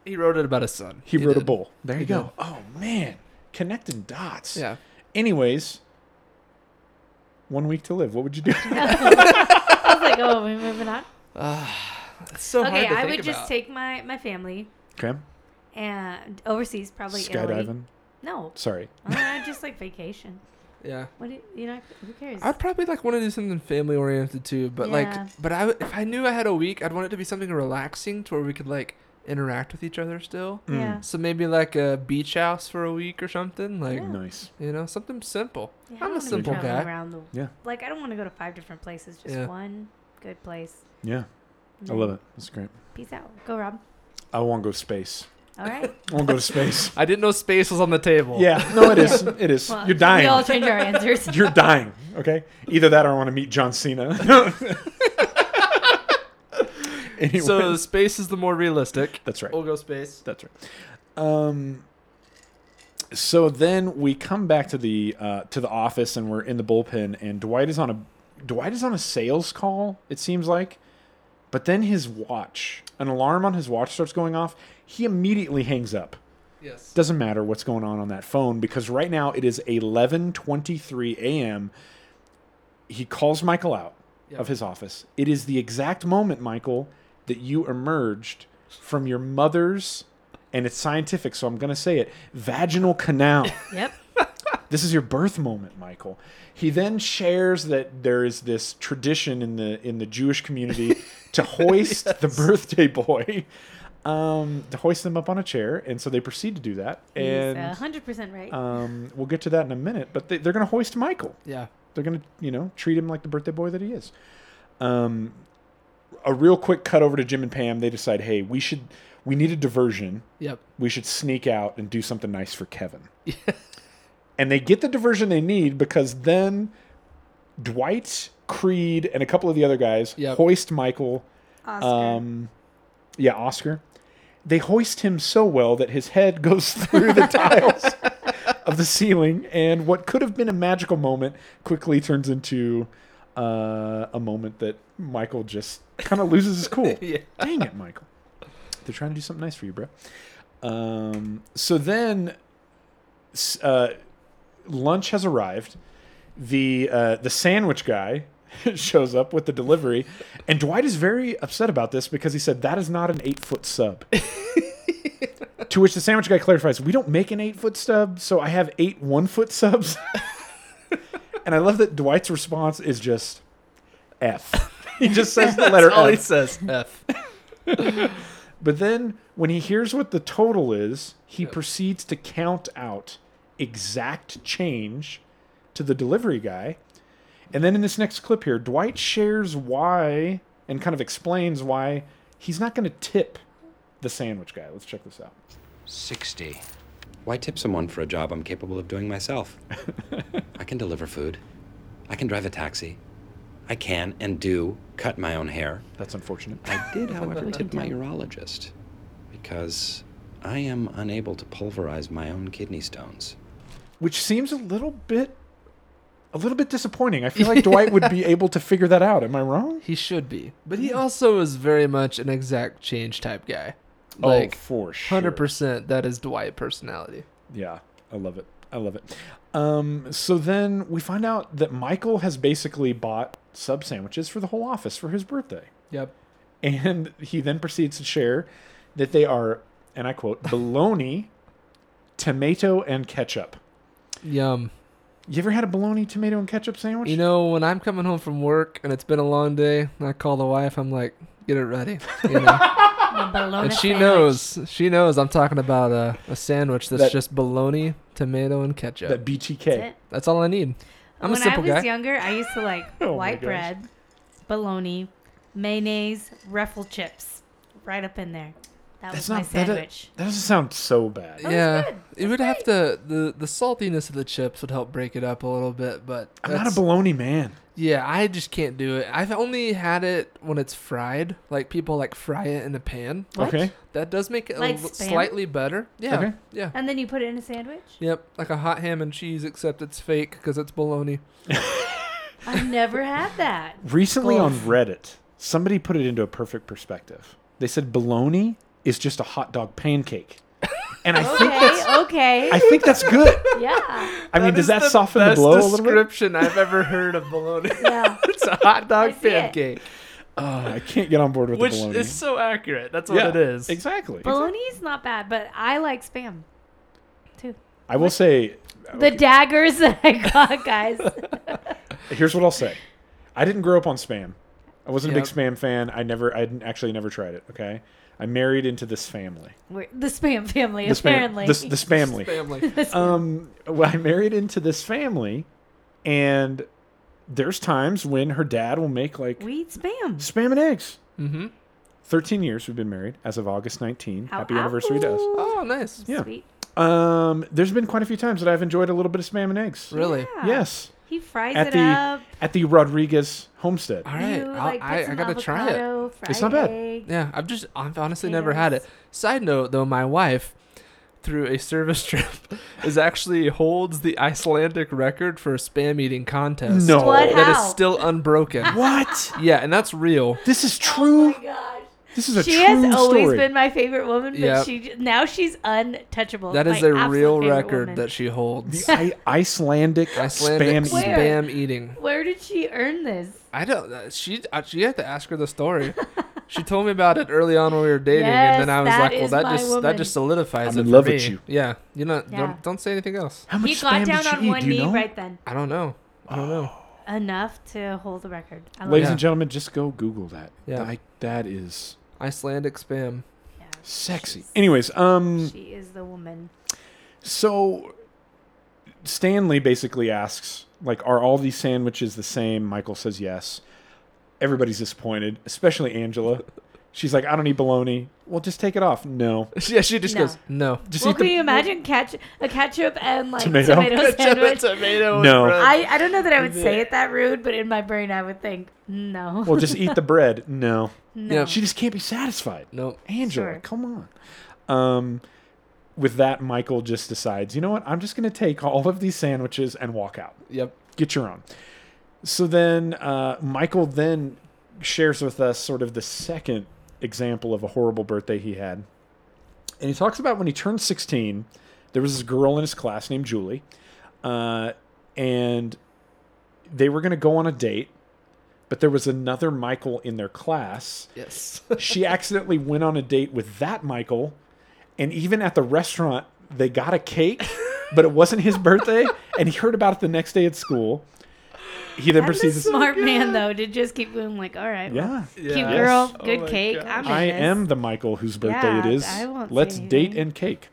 Speaker 2: He wrote it about his son.
Speaker 1: He, wrote a
Speaker 2: did.
Speaker 1: bowl. There you
Speaker 2: He
Speaker 1: go.
Speaker 2: did.
Speaker 1: Oh man, connecting dots.
Speaker 2: Yeah.
Speaker 1: Anyways, one week to live. What would you do?
Speaker 3: I was like, oh, we're moving on.
Speaker 2: It's so
Speaker 3: Okay,
Speaker 2: hard to
Speaker 3: I
Speaker 2: think
Speaker 3: would just
Speaker 2: about.
Speaker 3: take my my family
Speaker 1: okay.
Speaker 3: and overseas, probably Italy.
Speaker 1: Skydiving.
Speaker 3: No,
Speaker 1: Sorry.
Speaker 3: I just like vacation.
Speaker 2: Yeah.
Speaker 3: What do you, you know? Who cares?
Speaker 2: I'd probably like want to do something family oriented too, but
Speaker 3: Yeah.
Speaker 2: like, but I would- if I knew I had a week, I'd want it to be something relaxing to where we could like interact with each other still.
Speaker 3: yeah,
Speaker 2: So maybe like a beach house for a week or something, like
Speaker 1: Nice.
Speaker 2: you know, something simple.
Speaker 3: yeah I
Speaker 2: I'm
Speaker 3: don't wanna
Speaker 2: a
Speaker 3: be
Speaker 2: simple
Speaker 3: traveling
Speaker 2: guy.
Speaker 3: Around the,
Speaker 1: Yeah.
Speaker 3: Like I don't want to go to five different places. Just
Speaker 2: Yeah.
Speaker 3: one good place. Mm.
Speaker 1: Yeah. I love it. That's great.
Speaker 3: Peace out. Go, Rob.
Speaker 1: I won't go to space.
Speaker 3: All right.
Speaker 1: I won't go to space.
Speaker 2: I didn't know space was on the table.
Speaker 1: Yeah. No, it is. It is.
Speaker 3: Well,
Speaker 1: You're
Speaker 3: We
Speaker 1: dying.
Speaker 3: all change our answers.
Speaker 1: You're dying. Okay. Either that or I want to meet John Cena. anyway,
Speaker 2: So space is the more realistic.
Speaker 1: that's right.
Speaker 2: We'll go space.
Speaker 1: That's right. Um, so then we come back to the uh, to the office and we're in the bullpen and Dwight is on a Dwight is on a sales call. It seems like, but then his watch, an alarm on his watch starts going off. He immediately hangs up.
Speaker 2: Yes.
Speaker 1: Doesn't matter what's going on on that phone because right now it is 11:23 a.m. He calls Michael out
Speaker 2: Yeah.
Speaker 1: of his office. It is the exact moment, Michael, that you emerged from your mother's and it's scientific, so I'm going to say it, vaginal canal.
Speaker 3: yep.
Speaker 1: this is your birth moment, Michael. He then shares that there is this tradition in the in the Jewish community to hoist the birthday boy um, to hoist them up on a chair, and so they proceed to do that.
Speaker 3: He's
Speaker 1: And
Speaker 3: hundred percent right.
Speaker 1: um, we'll get to that in a minute. But they, they're going to hoist Michael.
Speaker 2: Yeah.
Speaker 1: They're going to, you know, treat him like the birthday boy that he is. Um, a real quick cut over to Jim and Pam. They decide, hey, we should, we need a diversion.
Speaker 2: Yep.
Speaker 1: We should sneak out and do something nice for Kevin. and they get the diversion they need because then Dwight, Creed, and a couple of the other guys
Speaker 2: Yep.
Speaker 1: hoist Michael.
Speaker 3: Oscar.
Speaker 1: Um, yeah, Oscar. They hoist him so well that his head goes through the tiles of the ceiling, and what could have been a magical moment quickly turns into uh, a moment that Michael just kind of loses his cool.
Speaker 2: Yeah.
Speaker 1: Dang it, Michael. They're trying to do something nice for you, bro. Um, so then, s- uh, lunch has arrived. The uh, the sandwich guy shows up with the delivery, and Dwight is very upset about this because he said that is not an eight foot sub. to which the sandwich guy clarifies, "We don't make an eight foot sub, so I have eight one foot subs." and I love that Dwight's response is just F. He just says the letter
Speaker 2: That's all
Speaker 1: F.
Speaker 2: he says. F.
Speaker 1: But then when he hears what the total is, he proceeds to count out exact change to the delivery guy. And then in this next clip here, Dwight shares why and kind of explains why he's not going to tip the sandwich guy. Let's check this out.
Speaker 6: 60.
Speaker 7: Why tip someone for a job I'm capable of doing myself? I can deliver food. I can drive a taxi. I can and do cut my own hair.
Speaker 1: That's unfortunate.
Speaker 7: I did, however, tip my urologist because I am unable to pulverize my own kidney stones.
Speaker 1: Which seems a little bit a little bit disappointing. I feel like Dwight would be able to figure that out. Am I wrong?
Speaker 2: He should be, but he also is very much an exact change type guy.
Speaker 1: oh,
Speaker 2: Like
Speaker 1: for sure.
Speaker 2: hundred percent, that is Dwight personality.
Speaker 1: Yeah, I love it. I love it. Um, so then we find out that Michael has basically bought sub sandwiches for the whole office for his birthday.
Speaker 2: Yep.
Speaker 1: And he then proceeds to share that they are, and I quote, bologna, tomato, and ketchup.
Speaker 2: Yum.
Speaker 1: You ever had a bologna, tomato, and ketchup sandwich?
Speaker 2: You know, when I'm coming home from work and it's been a long day, and I call the wife, I'm like, "Get it ready," you know?
Speaker 3: A bologna
Speaker 2: and she
Speaker 3: sandwich.
Speaker 2: knows. She knows. I'm talking about a, a sandwich that's
Speaker 1: That-
Speaker 2: just bologna, tomato, and ketchup.
Speaker 1: that BTK.
Speaker 3: it.
Speaker 2: that's all I need. I'm
Speaker 3: when
Speaker 2: a simple
Speaker 3: I was
Speaker 2: guy.
Speaker 3: younger, I used to like
Speaker 1: Oh my
Speaker 3: white
Speaker 1: gosh.
Speaker 3: bread, bologna, mayonnaise, ruffle chips, right up in there. That was my
Speaker 1: that,
Speaker 3: sandwich.
Speaker 1: that doesn't sound so bad.
Speaker 3: was
Speaker 2: yeah,
Speaker 3: good.
Speaker 2: it would have to the the saltiness of the chips would help break it up a little bit, but
Speaker 1: I'm not a
Speaker 2: that's-
Speaker 1: bologna man.
Speaker 2: Yeah, I just can't do it. I've only had it when it's fried. Like people like fry it in a pan.
Speaker 3: What?
Speaker 1: Okay.
Speaker 2: That does make it a
Speaker 3: Like
Speaker 2: little-
Speaker 3: Spam? Uh.
Speaker 2: slightly better. Yeah.
Speaker 1: Okay.
Speaker 2: Yeah.
Speaker 3: And then you put it in a sandwich.
Speaker 2: Yep, like a hot ham and cheese, except it's fake because it's bologna.
Speaker 3: I've never had that.
Speaker 1: Recently on
Speaker 2: Oof.
Speaker 1: Reddit, somebody put it into a perfect perspective. They said bologna is just a hot dog pancake. And I think that's
Speaker 3: Okay, okay,
Speaker 1: I think that's good.
Speaker 3: yeah,
Speaker 1: I mean, does that soften the blow a little bit?
Speaker 2: description I've ever heard of bologna.
Speaker 3: yeah.
Speaker 2: it's a hot
Speaker 3: I
Speaker 2: dog
Speaker 3: see it.
Speaker 2: pancake,
Speaker 1: Oh, I can't get on board with
Speaker 2: which
Speaker 1: the bologna.
Speaker 2: is so accurate. That's
Speaker 1: yeah,
Speaker 2: what it is.
Speaker 1: Exactly.
Speaker 3: Bologna's not bad, but I like spam too.
Speaker 1: I will say
Speaker 3: The daggers that I got, guys.
Speaker 1: here's what I'll say. I didn't grow up on spam. I wasn't a big
Speaker 2: Yep.
Speaker 1: spam fan. I never I didn't- actually never tried it, okay? I married into this family.
Speaker 3: We're, the spam family,
Speaker 1: This
Speaker 3: apparently.
Speaker 1: This this family.
Speaker 2: Family.
Speaker 1: um, well, I married into this family, and there's times when her dad will make like
Speaker 3: we eat spam.
Speaker 1: spam and eggs.
Speaker 2: mm-hmm.
Speaker 1: 13 years we've been married as of August 19.
Speaker 3: Ow,
Speaker 1: Happy anniversary to us.
Speaker 3: ow.
Speaker 2: Oh, nice.
Speaker 1: Yeah.
Speaker 3: Sweet.
Speaker 1: Um, there's been quite a few times that I've enjoyed a little bit of spam and eggs.
Speaker 2: Really.
Speaker 3: Yeah.
Speaker 1: Yes.
Speaker 3: He fries
Speaker 1: At
Speaker 3: it
Speaker 1: the
Speaker 3: up.
Speaker 1: at the Rodriguez homestead.
Speaker 2: All right,
Speaker 3: You,
Speaker 2: I'll-
Speaker 3: like, put
Speaker 2: I, I
Speaker 3: some
Speaker 2: gotta try it.
Speaker 3: avocado, Fried
Speaker 1: It's not bad.
Speaker 3: egg.
Speaker 2: Yeah, I've just I've honestly never had it. Side note though, my wife through a service trip is actually holds the Icelandic record for a spam eating contest.
Speaker 1: No.
Speaker 3: What?
Speaker 2: That
Speaker 3: How?
Speaker 2: is still unbroken.
Speaker 1: What?
Speaker 2: Yeah, and that's real.
Speaker 1: This is true.
Speaker 3: Oh Gosh.
Speaker 1: This is a
Speaker 3: She
Speaker 1: true
Speaker 3: has always
Speaker 1: story.
Speaker 3: been my favorite woman, but
Speaker 2: Yep.
Speaker 3: she j- now she's untouchable.
Speaker 2: That is
Speaker 3: My
Speaker 2: a
Speaker 3: absolute
Speaker 2: real
Speaker 3: favorite
Speaker 2: record
Speaker 3: woman.
Speaker 2: that she holds.
Speaker 1: the I- Icelandic,
Speaker 2: Icelandic
Speaker 1: spam.
Speaker 3: Where?
Speaker 1: eating.
Speaker 2: spam eating.
Speaker 3: Where did she earn this?
Speaker 2: I don't. uh, She uh, she had to ask her the story. She told me about it early on when we were dating, and
Speaker 3: Yes,
Speaker 2: then I was
Speaker 3: that
Speaker 2: like, "Well,
Speaker 3: is
Speaker 2: that
Speaker 3: my
Speaker 2: just
Speaker 3: woman.
Speaker 2: that just solidifies
Speaker 1: I'm
Speaker 2: it
Speaker 1: in
Speaker 2: for
Speaker 1: love
Speaker 2: me."
Speaker 1: with you.
Speaker 2: Yeah, you know,
Speaker 3: Yeah.
Speaker 2: don't don't say anything else.
Speaker 1: How much
Speaker 3: He got
Speaker 1: spam
Speaker 3: down
Speaker 1: did you
Speaker 3: on
Speaker 1: eat?
Speaker 3: one
Speaker 1: Do you
Speaker 3: knee
Speaker 1: know?
Speaker 3: right then,
Speaker 2: I don't know. I don't know.
Speaker 3: enough to hold the record. I love
Speaker 1: Ladies
Speaker 2: Yeah.
Speaker 1: and gentlemen, just go Google that.
Speaker 2: Yeah.
Speaker 1: Like, that is
Speaker 2: Icelandic spam.
Speaker 3: it. Yeah.
Speaker 1: Sexy. Anyways, um,
Speaker 3: She is the woman.
Speaker 1: So Stanley basically asks, like, are all these sandwiches the same? Michael says yes. Everybody's disappointed, especially Angela. She's like, I don't eat bologna. Well, just take it off. No.
Speaker 2: Yeah, she just
Speaker 3: No.
Speaker 2: goes, no.
Speaker 1: Just
Speaker 3: Well,
Speaker 1: eat the
Speaker 3: can you imagine catch a ketchup and like
Speaker 1: Tomato?
Speaker 3: tomato,
Speaker 2: Ketchup,
Speaker 3: sandwich?
Speaker 2: tomato, and
Speaker 1: No.
Speaker 2: bread.
Speaker 3: I, I don't know that I would say it that rude, but in my brain I would think no.
Speaker 1: Well, just eat the bread. No.
Speaker 3: no.
Speaker 2: yeah,
Speaker 1: She just can't be satisfied.
Speaker 2: Nope.
Speaker 1: Angela,
Speaker 3: Sure.
Speaker 1: come on. Um with that, Michael just decides, you know what? I'm just gonna take all of these sandwiches and walk out.
Speaker 2: Yep.
Speaker 1: get your own. So then uh, Michael then shares with us sort of the second example of a horrible birthday he had. And he talks about when he turned 16, there was this girl in his class named Julie. Uh, and they were going to go on a date, but there was another Michael in their class
Speaker 2: Yes.
Speaker 1: she accidentally went on a date with that Michael, and even at the restaurant, they got a cake, but it wasn't his birthday, and he heard about it the next day at school. He then
Speaker 3: That's a
Speaker 1: proceeds to
Speaker 3: smart man though to just keep going like, all right, well,
Speaker 1: Yeah.
Speaker 3: cute
Speaker 2: Yeah.
Speaker 3: girl,
Speaker 2: Oh
Speaker 3: good
Speaker 2: my
Speaker 3: cake.
Speaker 2: gosh.
Speaker 3: I'm in
Speaker 1: I
Speaker 3: this.
Speaker 1: am the Michael whose birthday it
Speaker 3: Yeah,
Speaker 1: is.
Speaker 3: I won't say
Speaker 1: Let's date
Speaker 3: anything.
Speaker 1: and cake.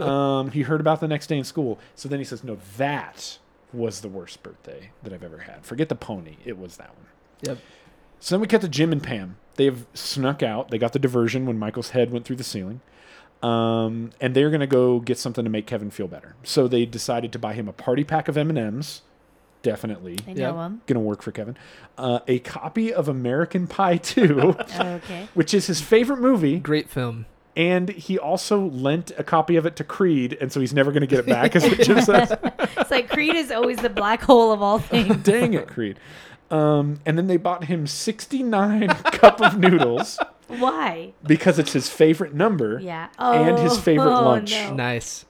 Speaker 1: Um, he heard about the next day in school. So then he says, No, that was the worst birthday that I've ever had. Forget the pony. It was that one.
Speaker 2: Yep.
Speaker 1: So then we cut to Jim and Pam. They've snuck out. They got the diversion when Michael's head went through the ceiling. Um, and they're going to go get something to make Kevin feel better. So they decided to buy him a party pack of M&Ms. Definitely
Speaker 3: I
Speaker 2: Yeah.
Speaker 3: know him.
Speaker 1: going to work for Kevin. Uh, a copy of American Pie 2,
Speaker 3: Okay.
Speaker 1: which is his favorite movie,
Speaker 2: Great film.
Speaker 1: and he also lent a copy of it to Creed, and so he's never going to get it back is what Jim says.
Speaker 3: It's like Creed is always the black hole of all things.
Speaker 1: Dang it, Creed. Um, and then they bought him 69 cup of noodles.
Speaker 3: Why?
Speaker 1: because it's his favorite number.
Speaker 3: Yeah. Oh,
Speaker 1: And his favorite
Speaker 3: oh,
Speaker 1: lunch.
Speaker 3: no.
Speaker 2: Nice.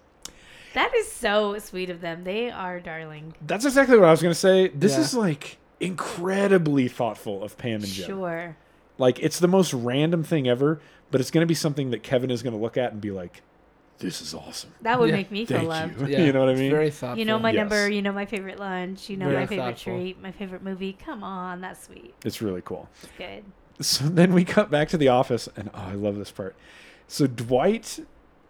Speaker 3: That is so sweet of them. They are darling.
Speaker 1: That's exactly what I was going to say. This
Speaker 2: Yeah.
Speaker 1: is like incredibly thoughtful of Pam and Jim.
Speaker 3: Sure.
Speaker 1: Like it's the most random thing ever, but it's going to be something that Kevin is going to look at and be like, "This is awesome."
Speaker 3: That would
Speaker 2: Yeah.
Speaker 3: make me feel
Speaker 1: Thank
Speaker 3: loved.
Speaker 1: you.
Speaker 2: Yeah.
Speaker 1: you know what I
Speaker 2: it's
Speaker 1: mean?
Speaker 2: Very thoughtful.
Speaker 3: You know my
Speaker 1: Yes.
Speaker 3: number, you know my favorite lunch, you know
Speaker 2: Very
Speaker 3: my favorite
Speaker 2: thoughtful.
Speaker 3: treat, my favorite movie. Come on, that's sweet.
Speaker 1: it's really cool.
Speaker 3: It's good.
Speaker 1: So then we cut back to the office, and oh, I love this part. So Dwight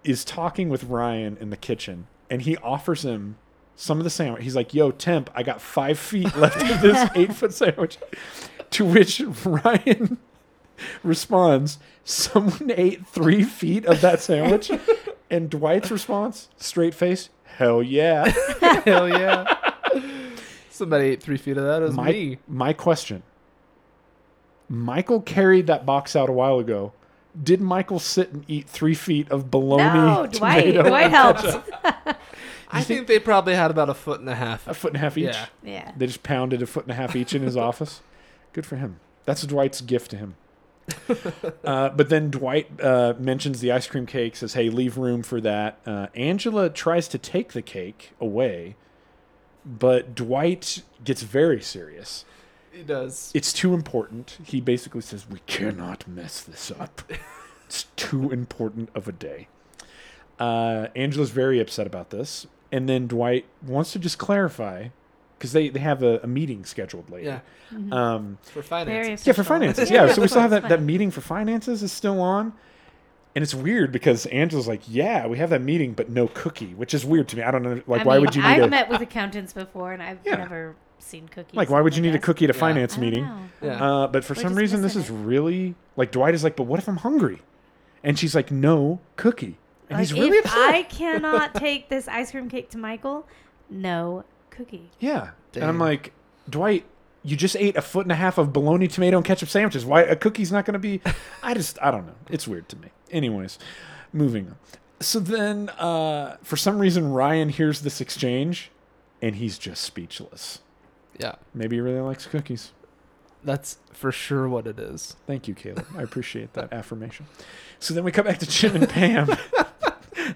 Speaker 1: is talking with Ryan in the kitchen, and he offers him some of the sandwich. He's like, "Yo, temp, I got five feet left of this eight-foot sandwich." To which Ryan responds, "Someone ate three feet of that sandwich," and Dwight's response, straight face, "Hell yeah."
Speaker 2: Hell yeah. Somebody ate three feet of that. It was
Speaker 1: my
Speaker 2: me.
Speaker 1: my question. Michael carried that box out a while ago. Did Michael sit and eat three feet of bologna?
Speaker 3: No, Dwight.
Speaker 1: tomato,
Speaker 3: Dwight helped.
Speaker 2: I think they probably had about a foot and a half.
Speaker 1: A foot and a half each.
Speaker 2: Yeah.
Speaker 3: Yeah.
Speaker 1: They just pounded a foot and a half each in his office. Good for him. That's Dwight's gift to him. uh, but then Dwight uh, mentions the ice cream cake, says, hey, leave room for that. Uh, Angela tries to take the cake away, but Dwight gets very serious.
Speaker 2: He does.
Speaker 1: it's too important. He basically says, We cannot mess this up. it's too important of a day. Uh, Angela's very upset about this. And then Dwight wants to just clarify because they, they have a, a meeting scheduled later.
Speaker 2: Yeah.
Speaker 3: Mm-hmm.
Speaker 1: Um,
Speaker 2: For
Speaker 3: Very
Speaker 2: finances.
Speaker 1: yeah, for
Speaker 3: official.
Speaker 1: finances. Yeah, so we still have that,
Speaker 3: Fine.
Speaker 1: that meeting for finances is still on. And it's weird because Angela's like, yeah, we have that meeting, but no cookie, which is weird to me. I don't know. Like,
Speaker 3: I
Speaker 1: why
Speaker 3: mean,
Speaker 1: would you need
Speaker 3: I've
Speaker 1: a
Speaker 3: met with accountants before and I've
Speaker 1: Yeah.
Speaker 3: never seen cookies.
Speaker 1: like? Why would
Speaker 3: on
Speaker 1: you
Speaker 3: their
Speaker 1: need a
Speaker 3: desk.
Speaker 1: cookie at a
Speaker 2: Yeah.
Speaker 1: finance
Speaker 3: I don't
Speaker 1: meeting?
Speaker 3: know.
Speaker 2: Yeah.
Speaker 1: Uh, but for
Speaker 3: We're
Speaker 1: some
Speaker 3: just
Speaker 1: reason, this is
Speaker 3: missing
Speaker 1: really like Dwight is like, but what if I'm hungry? And she's like, no cookie. And he's
Speaker 3: Like,
Speaker 1: really
Speaker 3: if
Speaker 1: upset.
Speaker 3: I cannot take this ice cream cake to Michael, no cookie.
Speaker 1: yeah. And I'm
Speaker 2: Dang.
Speaker 1: like, Dwight, you just ate a foot and a half of bologna, tomato, and ketchup sandwiches. Why a cookie's not going to be? I just, I don't know. It's weird to me. Anyways, moving on. So then, uh, for some reason, Ryan hears this exchange, and he's just speechless.
Speaker 2: yeah.
Speaker 1: Maybe he really likes cookies.
Speaker 2: That's for sure what it is.
Speaker 1: Thank you, Caleb. I appreciate that affirmation. So then we come back to Jim and Pam.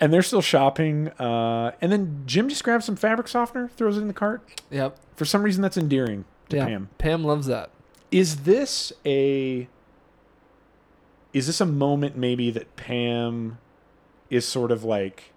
Speaker 1: and they're still shopping. Uh, and then Jim just grabs some fabric softener, throws it in the cart.
Speaker 2: Yep.
Speaker 1: For some reason, that's endearing to
Speaker 2: yeah.
Speaker 1: Pam.
Speaker 2: Pam loves that.
Speaker 1: Is this a. Is this a moment maybe that Pam is sort of like,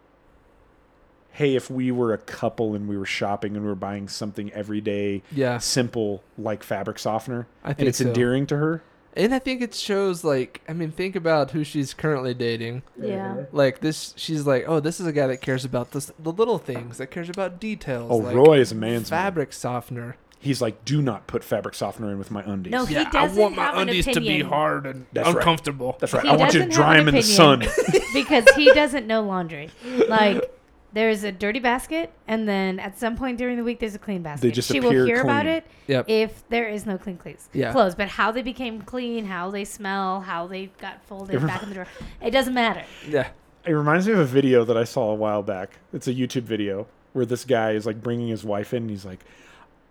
Speaker 1: hey, if we were a couple and we were shopping and we were buying something every day
Speaker 2: Yeah.
Speaker 1: simple like fabric softener
Speaker 2: I
Speaker 1: and
Speaker 2: think
Speaker 1: it's
Speaker 2: so.
Speaker 1: endearing to her?
Speaker 2: And I think it shows like I mean, think about who she's currently dating.
Speaker 3: Yeah.
Speaker 2: Like this, she's like, oh, this is a guy that cares about this, the little things, that cares about details.
Speaker 1: Oh,
Speaker 2: like
Speaker 1: Roy is a man's man.
Speaker 2: fabric softener.
Speaker 1: He's like, do not put fabric softener in with my undies.
Speaker 3: No, he doesn't have an opinion.
Speaker 2: hard and
Speaker 1: That's right.
Speaker 2: uncomfortable.
Speaker 1: That's right.
Speaker 3: He
Speaker 1: I want you to
Speaker 3: doesn't have
Speaker 1: dry
Speaker 3: an
Speaker 1: him in the sun.
Speaker 3: opinion. because he doesn't know laundry. Like there's a dirty basket, and then at some point during the week, there's a clean basket.
Speaker 1: just
Speaker 3: she will
Speaker 1: appear
Speaker 3: hear about
Speaker 1: clean.
Speaker 3: it
Speaker 2: Yep.
Speaker 3: if there is no clean clothes.
Speaker 2: Yeah.
Speaker 3: clothes, but how they became clean, how they smell, how they got folded back in the drawer, it doesn't matter.
Speaker 2: Yeah.
Speaker 1: It reminds me of a video that I saw a while back. It's a YouTube video where this guy is like bringing his wife in and he's like,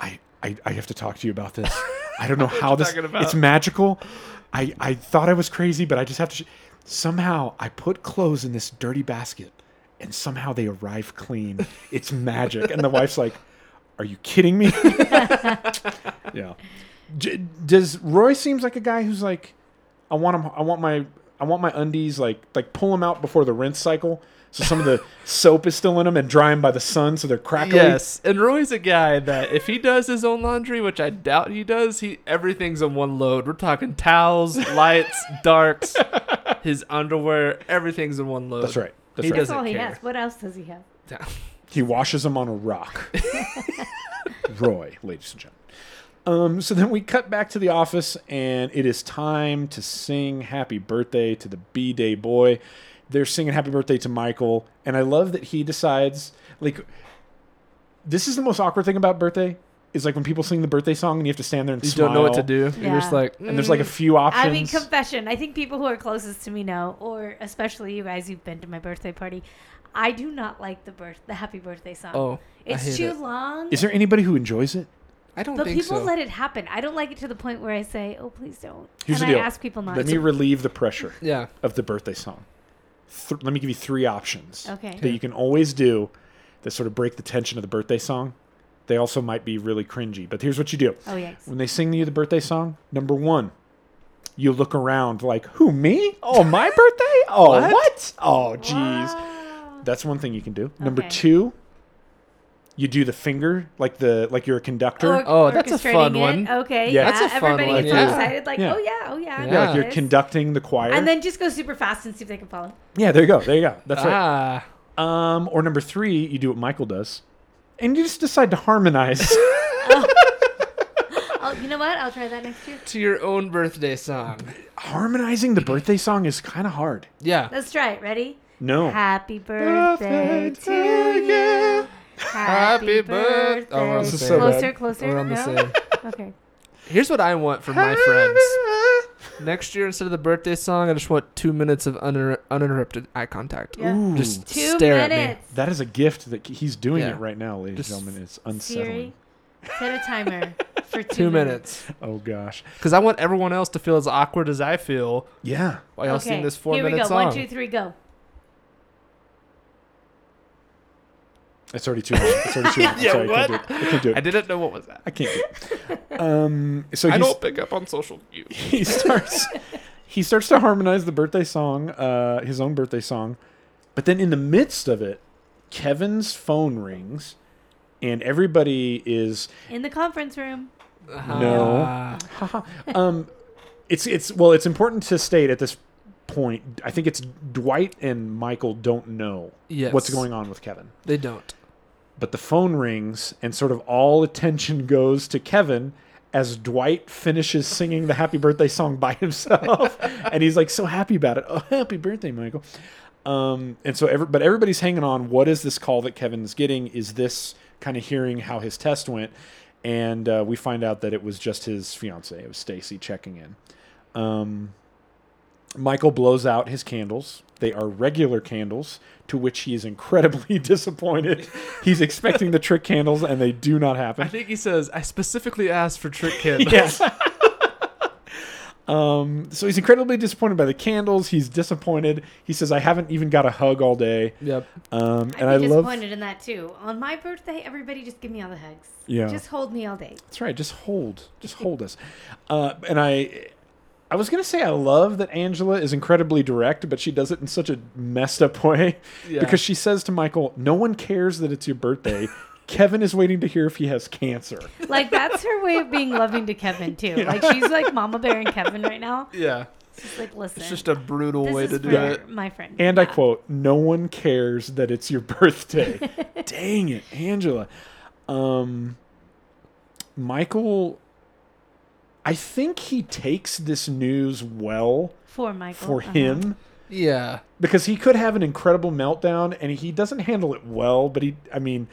Speaker 1: I, I, I have to talk to you about this. I don't know how this.
Speaker 2: talking about.
Speaker 1: It's magical. I, I thought I was crazy, but I just have to. Sh- somehow I put clothes in this dirty basket and somehow they arrive clean. It's magic. And the wife's like, Are you kidding me? yeah. J- does Roy seems like a guy who's like, I want 'em- I want my. I want my undies like like pull them out before the rinse cycle, so some of the soap is still in them and dry them by the sun, so they're crackly.
Speaker 2: Yes, and Roy's a guy that if he does his own laundry, which I doubt he does, he everything's on one load. We're talking towels, lights, darks, his underwear, everything's in one load.
Speaker 1: That's right. That's
Speaker 2: He
Speaker 1: right.
Speaker 3: That's
Speaker 2: doesn't
Speaker 3: all he
Speaker 2: care.
Speaker 3: has. What else does he have?
Speaker 1: He washes them on a rock. Roy, ladies and gentlemen. Um, so then we cut back to the office, and it is time to sing happy birthday to the B Day boy. They're singing happy birthday to Michael, and I love that he decides, like, this is the most awkward thing about birthday is like when people sing the birthday song and you have to stand there and
Speaker 2: You
Speaker 1: smile,
Speaker 2: don't know what to do. You're
Speaker 3: Yeah.
Speaker 2: just like,
Speaker 1: And there's like a few options.
Speaker 3: I mean, confession. I think people who are closest to me know, or especially you guys who've been to my birthday party. I do not like the birth, the happy birthday song.
Speaker 2: Oh, I
Speaker 3: it's
Speaker 2: hate
Speaker 3: too
Speaker 2: it.
Speaker 3: long.
Speaker 1: is there anybody who enjoys it?
Speaker 2: I don't
Speaker 3: But
Speaker 2: think
Speaker 3: people
Speaker 2: so.
Speaker 3: let it happen. I don't like it to the point where I say, "Oh, please don't."
Speaker 1: Here's
Speaker 3: and
Speaker 1: the deal.
Speaker 3: I ask people not
Speaker 1: Let
Speaker 3: to.
Speaker 1: me relieve the pressure.
Speaker 2: yeah,
Speaker 1: of the birthday song. Th- let me give you three options
Speaker 3: Okay.
Speaker 1: that you can always do that sort of break the tension of the birthday song. They also might be really cringy, but here's what you do.
Speaker 3: oh yikes!
Speaker 1: When they sing you the birthday song, number one, you look around like, who, me? Oh, my birthday? Oh, what? Oh,
Speaker 3: Ah,
Speaker 1: jeez.
Speaker 3: Wow.
Speaker 1: That's one thing you can do. Number
Speaker 3: Okay.
Speaker 1: two, you do the finger like the like you're a conductor.
Speaker 3: Or-
Speaker 2: Oh, that's a
Speaker 3: orchestrating
Speaker 2: fun
Speaker 3: it.
Speaker 2: one.
Speaker 3: Okay,
Speaker 1: Yeah.
Speaker 3: yeah,
Speaker 2: That's a fun
Speaker 3: everybody
Speaker 2: one,
Speaker 3: gets
Speaker 2: yeah.
Speaker 3: all excited, like,
Speaker 1: Yeah.
Speaker 3: "Oh yeah, oh yeah!" I
Speaker 1: yeah,
Speaker 3: know
Speaker 1: like you're
Speaker 3: this.
Speaker 1: conducting the choir.
Speaker 3: And then just go super fast and see if they can follow.
Speaker 1: yeah, there you go. There you go. That's right.
Speaker 2: ah,
Speaker 1: Um, or number three, you do what Michael does, and you just decide to harmonize.
Speaker 3: Oh, you know what? I'll try that next year.
Speaker 2: to your own birthday song.
Speaker 1: Harmonizing the birthday song is kind of hard.
Speaker 2: Yeah,
Speaker 3: Let's try it. Ready?
Speaker 2: Oh.
Speaker 1: No.
Speaker 3: Happy birthday to you.
Speaker 2: Happy
Speaker 3: Happy
Speaker 2: birth-
Speaker 3: birthday.
Speaker 2: Oh, we're on the
Speaker 1: This is same. so
Speaker 3: closer,
Speaker 1: bad.
Speaker 3: closer.
Speaker 2: we're on the
Speaker 3: No?
Speaker 2: same.
Speaker 3: Okay.
Speaker 2: Here's what I want for my friends. Next year, instead of the birthday song, I just want two minutes of uninter- uninterrupted eye contact.
Speaker 3: Yeah. Ooh.
Speaker 2: Just
Speaker 3: Two
Speaker 2: stare at me.
Speaker 3: minutes.
Speaker 1: That is a gift that he's doing
Speaker 2: Yeah.
Speaker 1: it right now, ladies
Speaker 2: Just
Speaker 1: and gentlemen. It's
Speaker 3: Siri,
Speaker 1: unsettling.
Speaker 3: set a timer for two,
Speaker 2: Two minutes.
Speaker 1: Oh gosh.
Speaker 2: Because I want everyone else to feel as awkward as I feel
Speaker 1: Yeah.
Speaker 2: while y'all sing this four
Speaker 3: Here
Speaker 2: minute
Speaker 3: we go.
Speaker 2: song.
Speaker 3: One, two, three, go.
Speaker 1: It's already too long. It's already too long. I'm
Speaker 2: Yeah,
Speaker 1: sorry, I
Speaker 2: what?
Speaker 1: can't do it. I can't do it.
Speaker 2: I didn't know what was that.
Speaker 1: I can't do it. Um, so
Speaker 2: I
Speaker 1: he's-
Speaker 2: don't pick up on social cues.
Speaker 1: he starts he starts to harmonize the birthday song, uh, his own birthday song. But then in the midst of it, Kevin's phone rings and everybody is
Speaker 3: In the conference room.
Speaker 2: Ah.
Speaker 1: No. um it's it's well it's important to state at this point I think it's Dwight and Michael don't know
Speaker 2: Yes.
Speaker 1: what's going on with Kevin.
Speaker 2: they don't.
Speaker 1: But the phone rings and sort of all attention goes to Kevin as Dwight finishes singing the happy birthday song by himself and he's like so happy about it. Oh, happy birthday, Michael. Um, and so every, but everybody's hanging on what is this call that Kevin's getting? Is this kind of hearing how his test went? And uh, we find out that it was just his fiance. It was Stacy checking in. Um, Michael blows out his candles. They are regular candles, to which he is incredibly disappointed. He's expecting the trick candles, and they do not
Speaker 2: I
Speaker 1: happen.
Speaker 2: think he says, I specifically asked for Trick Kid.
Speaker 1: Yes. um, so he's incredibly disappointed by the candles. He's disappointed. He says, "I haven't even got a hug all day."
Speaker 2: Yep.
Speaker 1: Um,
Speaker 3: I'd
Speaker 1: and I
Speaker 3: be
Speaker 1: love
Speaker 3: disappointed in that too. On my birthday, everybody just give me all the hugs.
Speaker 1: Yeah.
Speaker 3: Just hold me all day.
Speaker 1: That's right. Just hold. Just hold us. Uh, and I, I was gonna say I love that Angela is incredibly direct, but she does it in such a messed up way
Speaker 2: Yeah.
Speaker 1: because she says to Michael, "No one cares that it's your birthday. Kevin is waiting to hear if he has cancer.
Speaker 3: Like that's her way of being loving to Kevin too. Like she's like Mama Bear and Kevin right now.
Speaker 2: Yeah.
Speaker 3: She's like, listen,
Speaker 2: It's just a brutal
Speaker 3: this
Speaker 2: way
Speaker 3: is
Speaker 2: to do
Speaker 3: for
Speaker 2: it.
Speaker 3: my friend.
Speaker 1: And I quote, "No one cares that it's your birthday." Dang it, Angela. Um, Michael, I think he takes this news well
Speaker 3: for Michael
Speaker 1: for
Speaker 3: uh-huh.
Speaker 1: him
Speaker 2: Yeah.
Speaker 1: because he could have an incredible meltdown, and he doesn't handle it well. But he, I mean,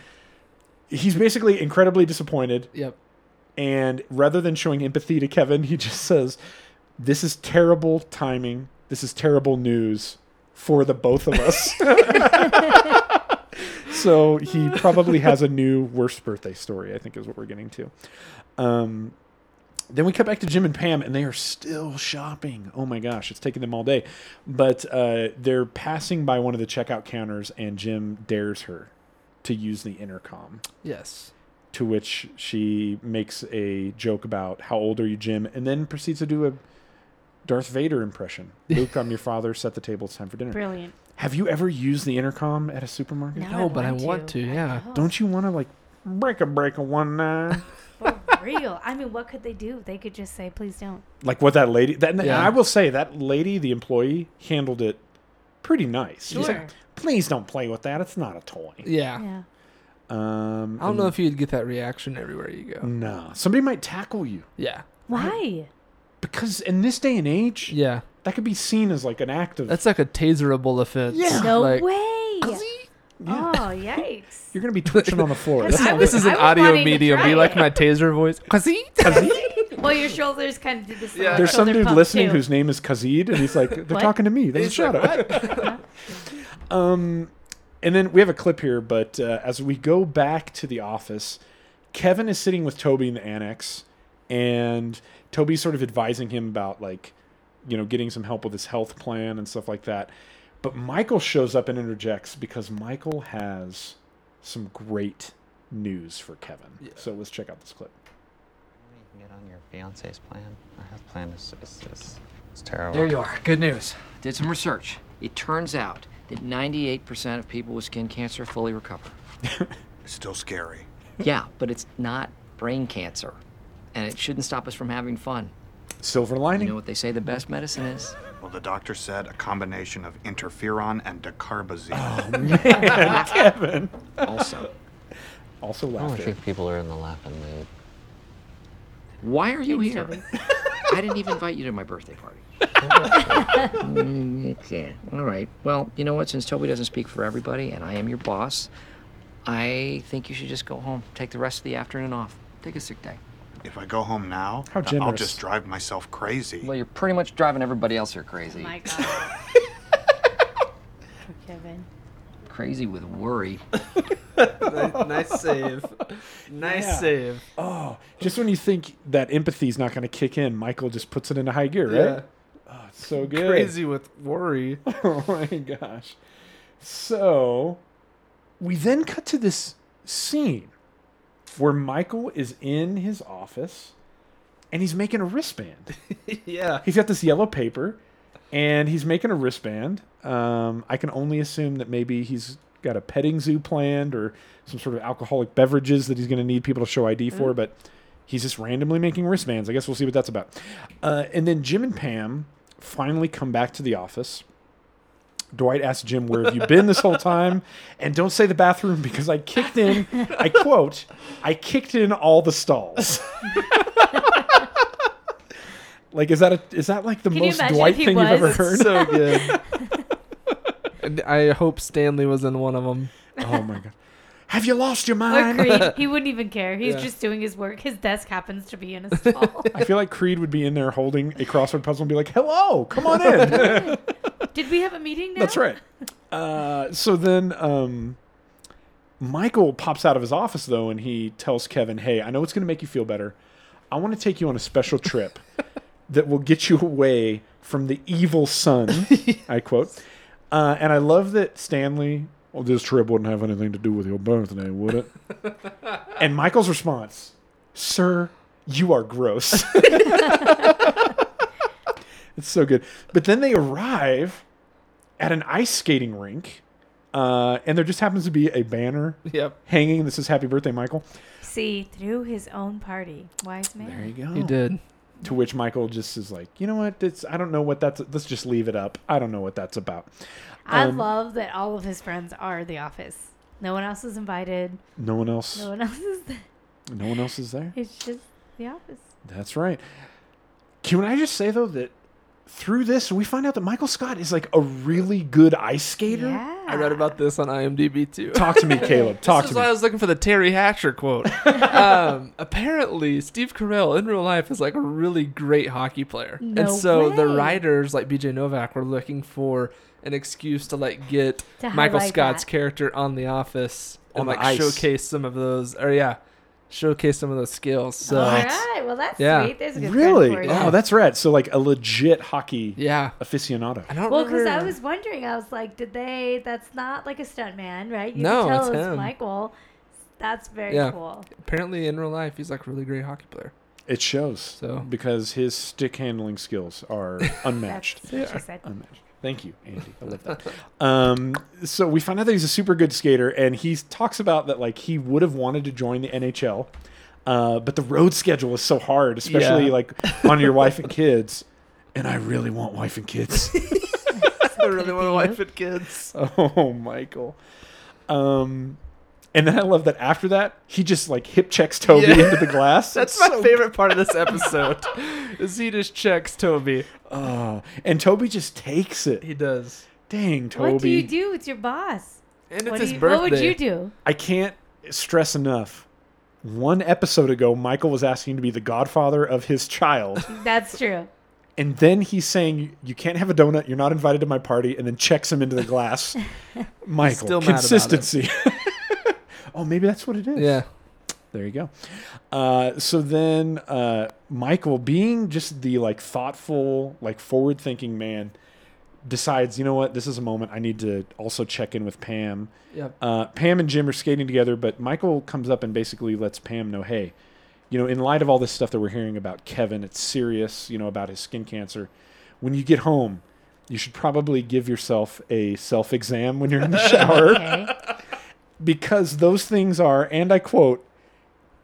Speaker 1: he's basically incredibly disappointed,
Speaker 2: Yep.
Speaker 1: and rather than showing empathy to Kevin, he just says, "This is terrible timing. This is terrible news for the both of us." so he probably has a new worst birthday story. I think is what we're getting to. Um, then we cut back to Jim and Pam, and they are still shopping. Oh my gosh, it's taking them all day. But uh, they're passing by one of the checkout counters, and Jim dares her to use the intercom
Speaker 2: Yes.
Speaker 1: to which she makes a joke about how old are you, Jim, and then proceeds to do a Darth Vader impression. Luke, I'm your father. Set the table. It's time for dinner.
Speaker 3: Brilliant.
Speaker 1: Have you ever used the intercom at a supermarket?
Speaker 3: Now
Speaker 2: No, but I want to, yeah.
Speaker 3: know.
Speaker 1: Don't you want to like break a break a one nine?
Speaker 3: For real. I mean, what could they do? They could just say, please don't.
Speaker 1: like what that lady? That and
Speaker 2: Yeah.
Speaker 1: I will say that lady, the employee, handled it pretty nice. She's
Speaker 3: Sure.
Speaker 1: like, please don't play with that. It's not a toy.
Speaker 2: Yeah.
Speaker 3: Yeah.
Speaker 1: Um,
Speaker 2: I don't know if you'd get that reaction everywhere you go.
Speaker 1: No, somebody might tackle you
Speaker 2: Yeah.
Speaker 3: Why?
Speaker 1: because in this day and age,
Speaker 2: Yeah.
Speaker 1: that could be seen as like an act of
Speaker 2: That's like a taserable offense.
Speaker 1: Yeah.
Speaker 3: No
Speaker 2: Like,
Speaker 3: way.
Speaker 1: Yeah.
Speaker 3: Oh, yikes.
Speaker 1: You're gonna be twitching on the floor.
Speaker 3: That's-
Speaker 1: That's
Speaker 2: This,
Speaker 3: I
Speaker 2: is- this
Speaker 3: was-
Speaker 2: is
Speaker 3: I
Speaker 2: an
Speaker 3: was
Speaker 2: audio
Speaker 3: wanting to
Speaker 2: medium.
Speaker 3: try
Speaker 2: Be like
Speaker 3: it.
Speaker 2: my taser voice.
Speaker 3: well, your shoulders kind of do this.
Speaker 2: Yeah.
Speaker 3: little
Speaker 1: There's some
Speaker 3: shoulder
Speaker 1: dude
Speaker 3: pump,
Speaker 1: listening
Speaker 3: too.
Speaker 1: whose name is Kazid, and he's like, "They're
Speaker 3: What?
Speaker 1: talking to me. There's a
Speaker 2: He's like,
Speaker 1: shadow." um, and then we have a clip here, but uh, as we go back to the office, Kevin is sitting with Toby in the annex, and Toby's sort of advising him about like, you know, getting some help with his health plan and stuff like that. But Michael shows up and interjects because Michael has some great news for Kevin. So let's check out this clip.
Speaker 4: You can get on your fiance's plan. Or her plan is, is, is it's terrible.
Speaker 5: There you are. Good news. Did some research. It turns out that 98% of people with skin cancer fully recover.
Speaker 6: Still scary.
Speaker 5: yeah, but it's not brain cancer. And it shouldn't stop us from having fun.
Speaker 1: Silver
Speaker 5: You
Speaker 1: lining.
Speaker 5: know what they say the best medicine is?
Speaker 6: Well, the doctor said a combination of interferon and dacarbazine.
Speaker 5: Also,
Speaker 1: Also
Speaker 4: I don't
Speaker 1: laughter.
Speaker 4: think people are in the laughing mood.
Speaker 5: why are you
Speaker 3: Thanks,
Speaker 5: here?
Speaker 3: Toby.
Speaker 5: I didn't even invite you to my birthday party. Mm, okay. All right. Well, you know what? Since Toby doesn't speak for everybody and I am your boss, I think you should just go home. Take the rest of the afternoon off. Take a sick day.
Speaker 6: If I go home now,
Speaker 1: Oh. How
Speaker 6: I'll
Speaker 1: generous.
Speaker 6: just drive myself crazy.
Speaker 5: Well, you're pretty much driving everybody else here crazy.
Speaker 3: Oh My God. Poor Kevin.
Speaker 5: Crazy with worry.
Speaker 2: nice save. Nice
Speaker 1: Yeah.
Speaker 2: save.
Speaker 1: Oh, just when you think that empathy's not going to kick in, Michael just puts it into high gear, right? Oh, it's so good.
Speaker 2: Crazy with worry.
Speaker 1: Oh my gosh. So, we then cut to this scene where Michael is in his office and he's making a wristband.
Speaker 2: yeah.
Speaker 1: he's got this yellow paper and he's making a wristband. Um, I can only assume that maybe he's got a petting zoo planned or some sort of alcoholic beverages that he's going to need people to show ID for, but he's just randomly making wristbands. I guess we'll see what that's about. Uh, and then Jim and Pam finally come back to the office. Dwight asks Jim, Where have you been this whole time? And don't say the bathroom because I kicked in, I quote, I kicked in all the stalls. like, is that a, is that like the
Speaker 3: Can you
Speaker 1: most
Speaker 3: imagine
Speaker 1: Dwight
Speaker 3: if he
Speaker 1: thing you've ever
Speaker 3: was?
Speaker 1: heard?
Speaker 2: So good. And I hope Stanley was in one of them.
Speaker 1: Oh my god. Have you lost your
Speaker 3: Or
Speaker 1: mind?
Speaker 3: Creed. He wouldn't even care. He's
Speaker 2: Yeah.
Speaker 3: just doing his work. His desk happens to be in a stall.
Speaker 1: I feel like Creed would be in there holding a crossword puzzle and be like, "Hello, come on in."
Speaker 3: Did we have a meeting now?
Speaker 1: That's right. Uh, so then um, Michael pops out of his office though, and he tells Kevin, "Hey, I know it's going to make you feel better. I want to take you on a special trip that will get you away from the evil sun." I quote. Uh, and I love that Stanley. Well, this trip wouldn't have anything to do with your birthday, would it? and Michael's response, "Sir, you are gross." it's so good. But then they arrive at an ice skating rink Uh, and there just happens to be a banner
Speaker 2: Yep.
Speaker 1: hanging that says "Happy Birthday, Michael."
Speaker 3: See through his own party, wise man.
Speaker 1: There you go.
Speaker 2: He did.
Speaker 1: To which Michael just is like, "You know what? It's I don't know what that's. Let's just leave it up. I don't know what that's about."
Speaker 3: I
Speaker 1: Um,
Speaker 3: love that all of his friends are the office. No one else is invited.
Speaker 1: No one else.
Speaker 3: No one else is. There.
Speaker 1: No one else is there.
Speaker 3: It's just the office.
Speaker 1: That's right. Can I just say though that through this we find out that Michael Scott is like a really good ice skater.
Speaker 3: Yeah.
Speaker 2: I read about this on IMDb too.
Speaker 1: Talk to me, Caleb. Talk
Speaker 2: this
Speaker 1: to
Speaker 2: is
Speaker 1: me.
Speaker 2: why I was looking for the Terry Hatcher quote. um, apparently, Steve Carell in real life is like a really great hockey player,
Speaker 3: No
Speaker 2: and so the
Speaker 3: way.
Speaker 2: writers like BJ Novak were looking for an excuse to like get
Speaker 3: To
Speaker 2: Michael
Speaker 3: highlight
Speaker 2: Scott's
Speaker 3: that.
Speaker 2: character on The Office
Speaker 1: On
Speaker 2: and
Speaker 1: the
Speaker 2: like
Speaker 1: ice.
Speaker 2: showcase some of those, or yeah, showcase some of those skills. So
Speaker 3: All right. Well, that's
Speaker 2: Yeah.
Speaker 3: sweet. There's a good friend
Speaker 1: Really?
Speaker 3: for you.
Speaker 1: Oh, that's rad. So like a legit hockey
Speaker 2: yeah,
Speaker 1: aficionado.
Speaker 2: I don't
Speaker 3: Well, because I
Speaker 2: remember-
Speaker 3: was wondering, I was like, did they? That's not like a stuntman, right? You
Speaker 2: No,
Speaker 3: can tell
Speaker 2: it's
Speaker 3: it's
Speaker 2: him.
Speaker 3: Michael. That's very
Speaker 2: Yeah.
Speaker 3: cool.
Speaker 2: apparently in real life he's like a really great hockey player.
Speaker 1: It shows
Speaker 2: So-
Speaker 1: because his stick handling skills are
Speaker 3: That's
Speaker 1: unmatched.
Speaker 3: what she said.
Speaker 1: unmatched. Thank you, Andy. I love that. Um, so we find out that he's a super good skater, and he talks about that like he would have wanted to join the NHL, uh, but the road schedule is so hard, especially
Speaker 2: Yeah.
Speaker 1: like on your wife and kids. And I really want wife and kids.
Speaker 2: I really want to wife and kids.
Speaker 1: Oh, Michael. Um, and then I love that after that, he just like hip checks Toby
Speaker 2: Yeah.
Speaker 1: into the glass.
Speaker 2: That's
Speaker 1: It's
Speaker 2: my
Speaker 1: so-
Speaker 2: favorite part of this episode. is he just checks Toby.
Speaker 1: Oh, and Toby just takes it.
Speaker 2: He does.
Speaker 1: Dang, Toby.
Speaker 3: What do you do? It's your boss.
Speaker 2: And it's
Speaker 3: What, do
Speaker 2: his
Speaker 3: you-
Speaker 2: birthday.
Speaker 3: what would you do?
Speaker 1: I can't stress enough. One episode ago, Michael was asking to be the godfather of his child.
Speaker 3: That's true.
Speaker 1: and then he's saying, You can't have a donut. You're not invited to my party. And then checks him into the glass. Michael,
Speaker 2: Still mad about it.
Speaker 1: consistency. oh, maybe that's what it is.
Speaker 2: Yeah.
Speaker 1: There you go. Uh, so then, uh, Michael, being just the like thoughtful, like forward-thinking man, decides, you know what, this is a moment I need to also check in with Pam.
Speaker 2: Yep.
Speaker 1: Uh, Pam and Jim are skating together, but Michael comes up and basically lets Pam know, hey, you know, in light of all this stuff that we're hearing about Kevin, it's serious, you know, about his skin cancer. When you get home, you should probably give yourself a self-exam when you're in the shower
Speaker 3: Okay.
Speaker 1: because those things are, and I quote,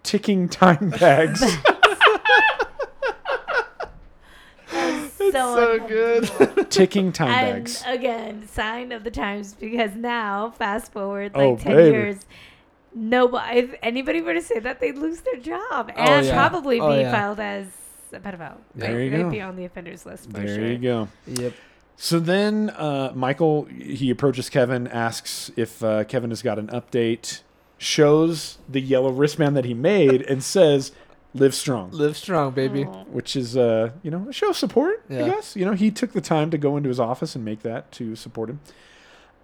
Speaker 1: ticking time bags.
Speaker 3: so,
Speaker 2: so good.
Speaker 1: ticking time
Speaker 3: And
Speaker 1: bags.
Speaker 3: again, sign of the times because now, fast forward like
Speaker 1: Oh,
Speaker 3: 10
Speaker 1: baby.
Speaker 3: years, nobody, if anybody were to say that, they'd lose their job and
Speaker 2: yeah.
Speaker 3: probably
Speaker 2: Oh,
Speaker 3: be
Speaker 2: yeah.
Speaker 3: filed as a pedophile.
Speaker 1: There
Speaker 3: Like,
Speaker 1: you
Speaker 3: they'd
Speaker 1: go.
Speaker 3: be on the offenders list for
Speaker 1: There
Speaker 3: sure.
Speaker 1: you go.
Speaker 2: Yep.
Speaker 1: So then uh, Michael, he approaches Kevin, asks if uh, Kevin has got an update, shows the yellow wristband that he made, and says, live strong.
Speaker 2: Live strong, baby.
Speaker 3: Oh.
Speaker 1: Which is, uh, you know, a show of support, I
Speaker 2: Yeah.
Speaker 1: guess. You know, he took the time to go into his office and make that to support him.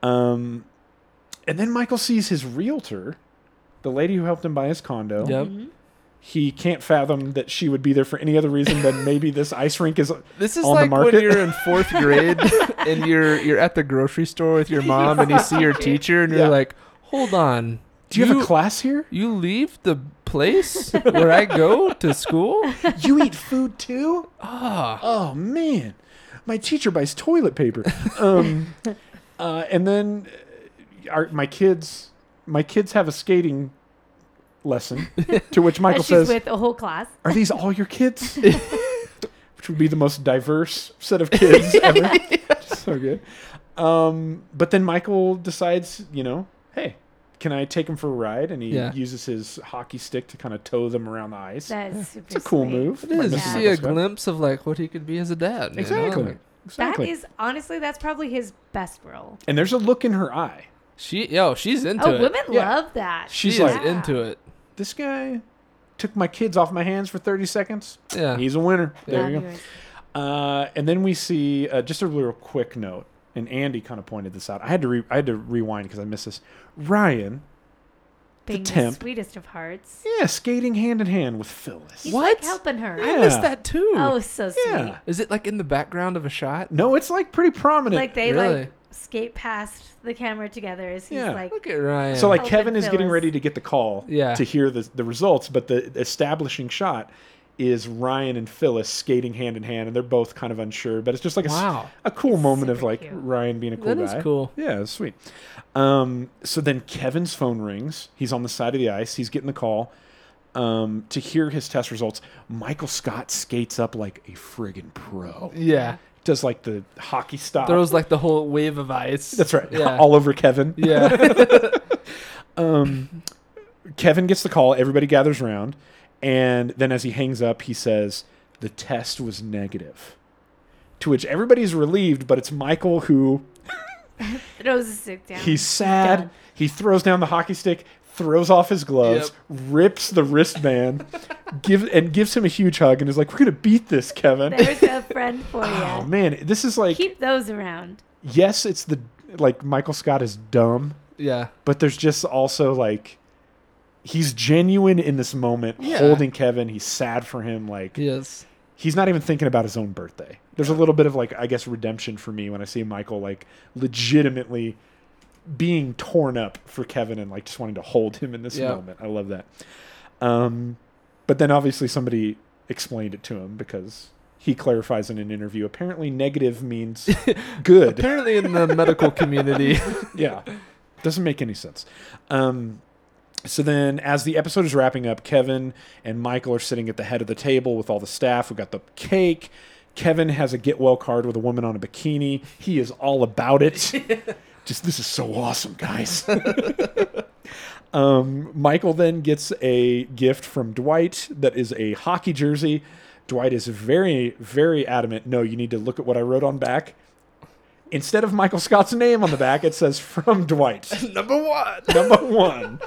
Speaker 1: Um, and then Michael sees his realtor, the lady who helped him buy his
Speaker 3: Oh.
Speaker 1: condo.
Speaker 2: Yep.
Speaker 3: Mm-hmm.
Speaker 1: He can't fathom that she would be there for any other reason than maybe this ice rink is
Speaker 2: This is
Speaker 1: On the
Speaker 2: like when
Speaker 1: market?
Speaker 2: you're in fourth grade and you're you're at the grocery store with your mom and you see your teacher and
Speaker 1: Yeah.
Speaker 2: you're like, "Hold on,
Speaker 1: Do you, have a class here?
Speaker 2: you leave the place where I go to school?
Speaker 1: You eat food too?
Speaker 2: Ah,
Speaker 1: Oh man, my teacher buys toilet paper. Um, uh, and then uh, our, my kids, my kids have a skating lesson, to which
Speaker 3: But
Speaker 1: Michael
Speaker 3: she's
Speaker 1: says,
Speaker 3: with a whole class.
Speaker 1: "Are these all your kids?" which would be the most diverse set of kids ever. so good. Um, but then Michael decides, you know, hey. Can I take him for a ride? And he
Speaker 2: Yeah.
Speaker 1: uses his hockey stick to kind of tow them around the ice.
Speaker 3: That is super
Speaker 1: It's a cool
Speaker 3: sweet.
Speaker 1: move.
Speaker 2: it is. You
Speaker 3: Yeah.
Speaker 2: see a glimpse of like what he could be as a dad. you know?
Speaker 1: Exactly.
Speaker 2: Like,
Speaker 1: exactly.
Speaker 3: That is honestly, that's probably his best role.
Speaker 1: and there's a look in her eye.
Speaker 2: She, yo, she's into
Speaker 3: oh,
Speaker 2: it.
Speaker 3: women
Speaker 1: Yeah.
Speaker 3: love that.
Speaker 1: She's
Speaker 2: she is
Speaker 1: like-
Speaker 2: into it.
Speaker 1: This guy took my kids off my hands for 30 seconds.
Speaker 2: Yeah.
Speaker 1: He's a winner. There you
Speaker 3: Fabulous.
Speaker 1: go. Uh, and then we see uh, just a real quick note, and Andy kind of pointed this out. I had to re- I had to rewind because I missed this. Ryan,
Speaker 3: Being the
Speaker 1: temp.
Speaker 3: sweetest of hearts.
Speaker 1: yeah, skating hand in hand with Phyllis.
Speaker 3: He's
Speaker 2: What?
Speaker 3: like helping her.
Speaker 1: Yeah.
Speaker 2: I missed that too.
Speaker 3: Oh, so sweet.
Speaker 1: Yeah.
Speaker 2: Is it like in the background of a shot?
Speaker 1: No, it's like pretty prominent.
Speaker 3: Like they
Speaker 2: Really?
Speaker 3: like skate past the camera together as he's
Speaker 1: Yeah.
Speaker 3: like
Speaker 2: Look at Ryan.
Speaker 1: so
Speaker 3: Oh,
Speaker 1: like
Speaker 3: Helping
Speaker 1: Kevin is getting
Speaker 3: Phyllis.
Speaker 1: ready to get the call
Speaker 2: Yeah.
Speaker 1: to hear the the results, but the establishing shot is Ryan and Phyllis skating hand in hand, and they're both kind of unsure. But it's just like a, s-
Speaker 2: Wow.
Speaker 1: a cool moment of
Speaker 3: Super
Speaker 1: like
Speaker 3: cute.
Speaker 1: Ryan being a cool
Speaker 2: That is
Speaker 1: guy.
Speaker 2: cool.
Speaker 1: Yeah, it's sweet. Um, so then Kevin's phone rings. He's on the side of the ice. He's getting the call um, to hear his test results. Michael Scott skates up like a friggin' pro.
Speaker 2: Yeah.
Speaker 1: Does like the hockey stop.
Speaker 2: Throws like the whole wave of ice.
Speaker 1: That's right.
Speaker 2: Yeah.
Speaker 1: All over Kevin.
Speaker 2: yeah.
Speaker 1: Kevin gets the call. Everybody gathers around. And then as he hangs up, he says, The test was negative. To which everybody's relieved, but it's Michael who
Speaker 3: Throws a stick down.
Speaker 1: he's sad.
Speaker 3: Done.
Speaker 1: He throws down the hockey stick, throws off his gloves, rips the wristband, give, and gives him a huge hug and is like, We're going to beat this, Kevin.
Speaker 3: There's a friend for you.
Speaker 1: Oh, man. This is like,
Speaker 3: Keep those around.
Speaker 1: yes, it's the, like, Michael Scott is dumb,
Speaker 2: yeah.
Speaker 1: but there's just also like he's genuine in this moment
Speaker 2: Yeah.
Speaker 1: holding kevin he's sad for him like
Speaker 2: Yes.
Speaker 1: he's not even thinking about his own birthday there's a little bit of like i guess redemption for me when i see michael like legitimately being torn up for kevin and like just wanting to hold him in this
Speaker 2: Yeah.
Speaker 1: moment i love that um but then obviously somebody explained it to him because he clarifies in an interview apparently negative means good
Speaker 2: Apparently, in the medical community.
Speaker 1: yeah. Doesn't make any sense. Um, so then, as the episode is wrapping up, Kevin and Michael are sitting at the head of the table with all the staff. We've got the cake. Kevin has a get well card with a woman on a bikini. He is all about it. Just, this is so awesome, guys. um, Michael then gets a gift from Dwight that is a hockey jersey. Dwight is very, very adamant no, you need to look at what I wrote on back instead of Michael Scott's name on the back, it says from Dwight.
Speaker 2: Number one.
Speaker 1: Number one.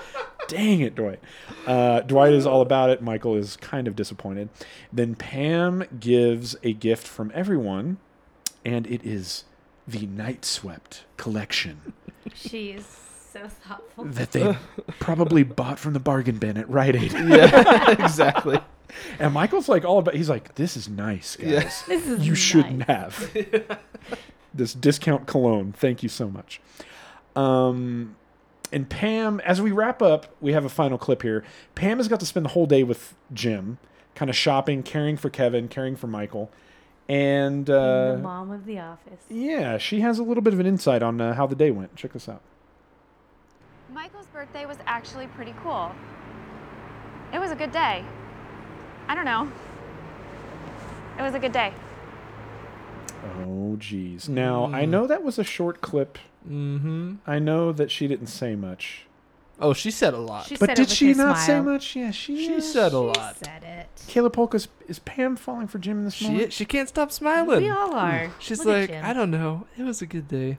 Speaker 1: Dang it, Dwight. Uh, Dwight is all about it. Michael is kind of disappointed. Then Pam gives a gift from everyone, and it is the Night Swept collection
Speaker 3: She is so thoughtful.
Speaker 1: that they probably bought from the bargain bin at Rite Aid.
Speaker 2: Yeah. exactly.
Speaker 1: And Michael's like all about. He's like, "This is nice, guys."
Speaker 2: Yes.
Speaker 3: This is
Speaker 1: you
Speaker 3: nice.
Speaker 1: shouldn't have this discount cologne. Thank you so much. Um, and Pam, as we wrap up, we have a final clip here. Pam has got to spend the whole day with Jim, kind of shopping, caring for Kevin, caring for Michael, and uh,
Speaker 3: The mom of the office.
Speaker 1: yeah, she has a little bit of an insight on uh, how the day went. Check this out.
Speaker 8: Michael's birthday was actually pretty cool. It was a good day. I don't know. It was a good day.
Speaker 1: Oh, geez. Now
Speaker 3: Mm.
Speaker 1: I know that was a short clip.
Speaker 2: Mm-hmm.
Speaker 1: I know that she didn't say much,
Speaker 2: Oh, she said a lot.
Speaker 3: She said
Speaker 1: but
Speaker 3: it
Speaker 1: did
Speaker 3: with
Speaker 1: she
Speaker 3: a
Speaker 1: not say
Speaker 3: smile.
Speaker 1: much? Yeah, she
Speaker 2: She
Speaker 1: uh,
Speaker 2: said a
Speaker 3: She
Speaker 2: lot.
Speaker 3: said it.
Speaker 1: Kayla Polk is, is Pam falling for Jim in this moment?
Speaker 2: She she can't stop smiling.
Speaker 3: We all are.
Speaker 1: Mm.
Speaker 2: She's
Speaker 3: Look at
Speaker 2: like,
Speaker 3: Jim.
Speaker 2: I don't know. It was a good day.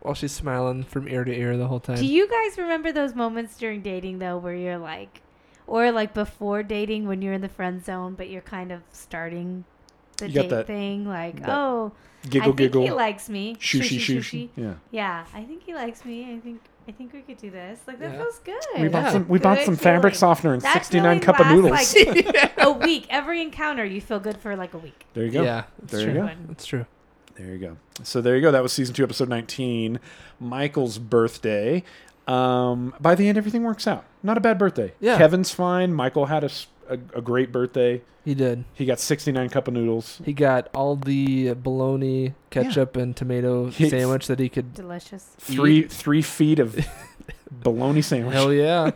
Speaker 2: While she's smiling from ear to ear the whole time.
Speaker 3: Do you guys remember those moments during dating though, where you're like, or like before dating when you're in the friend zone, but you're kind of starting the
Speaker 1: You got
Speaker 3: date
Speaker 1: that-
Speaker 3: thing, like,
Speaker 1: that
Speaker 3: oh, I
Speaker 1: Giggle,
Speaker 3: think
Speaker 1: giggle.
Speaker 3: he likes me.
Speaker 1: Shushy, shushy. Yeah.
Speaker 3: Yeah, I think he likes me. I think I think we could do this. Like that
Speaker 2: Yeah.
Speaker 3: feels good.
Speaker 1: We bought
Speaker 2: Yeah.
Speaker 1: some. We bought
Speaker 3: Good
Speaker 1: some fabric
Speaker 3: feeling.
Speaker 1: softener and
Speaker 3: That
Speaker 1: sixty nine
Speaker 3: feeling
Speaker 1: cup of
Speaker 3: lasts,
Speaker 1: noodles.
Speaker 3: Like a week. Every encounter, you feel good for like a week.
Speaker 1: there you go.
Speaker 2: yeah, that's
Speaker 1: There you
Speaker 2: true.
Speaker 1: go.
Speaker 2: That's true.
Speaker 1: There you go. So there you go. That was season two, episode nineteen. Michael's birthday. Um, by the end, everything works out. Not a bad birthday.
Speaker 2: Yeah.
Speaker 1: Kevin's fine. Michael had a, s- a, a great birthday.
Speaker 2: He did.
Speaker 1: He got sixty nine cup of noodles.
Speaker 2: He got all the bologna, ketchup, and tomato
Speaker 1: He-
Speaker 2: sandwich that he could.
Speaker 3: Delicious.
Speaker 1: Three three feet of bologna sandwich.
Speaker 2: Hell yeah!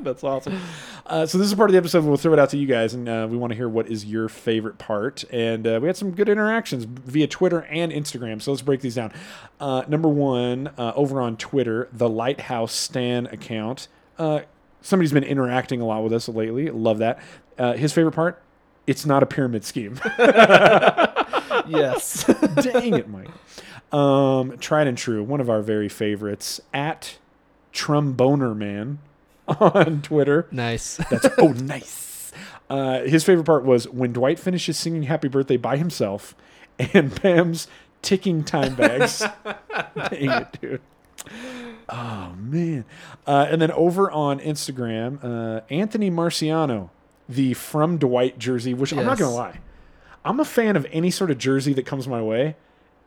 Speaker 1: That's awesome. Uh, so this is part of the episode. We'll throw it out to you guys, and uh, we want to hear what is your favorite part. And uh, we had some good interactions via Twitter and Instagram. So let's break these down. Uh, number one, uh, over on Twitter, the Lighthouse Stan account. Uh, somebody's been interacting a lot with us lately. Love that. Uh, his favorite part. It's not a pyramid scheme.
Speaker 2: yes.
Speaker 1: Dang it, Mike. Um, tried and true, one of our very favorites at Tromboner Man on Twitter.
Speaker 2: nice.
Speaker 1: That's oh nice. Uh, his favorite part was when Dwight finishes singing "Happy Birthday" by himself, and Pam's ticking time bags. Dang it, dude. Oh man! Uh, and then over on Instagram, uh, Anthony Marciano, the from Dwight jersey, which I'm not
Speaker 2: Yes.
Speaker 1: gonna lie, I'm a fan of any sort of jersey that comes my way.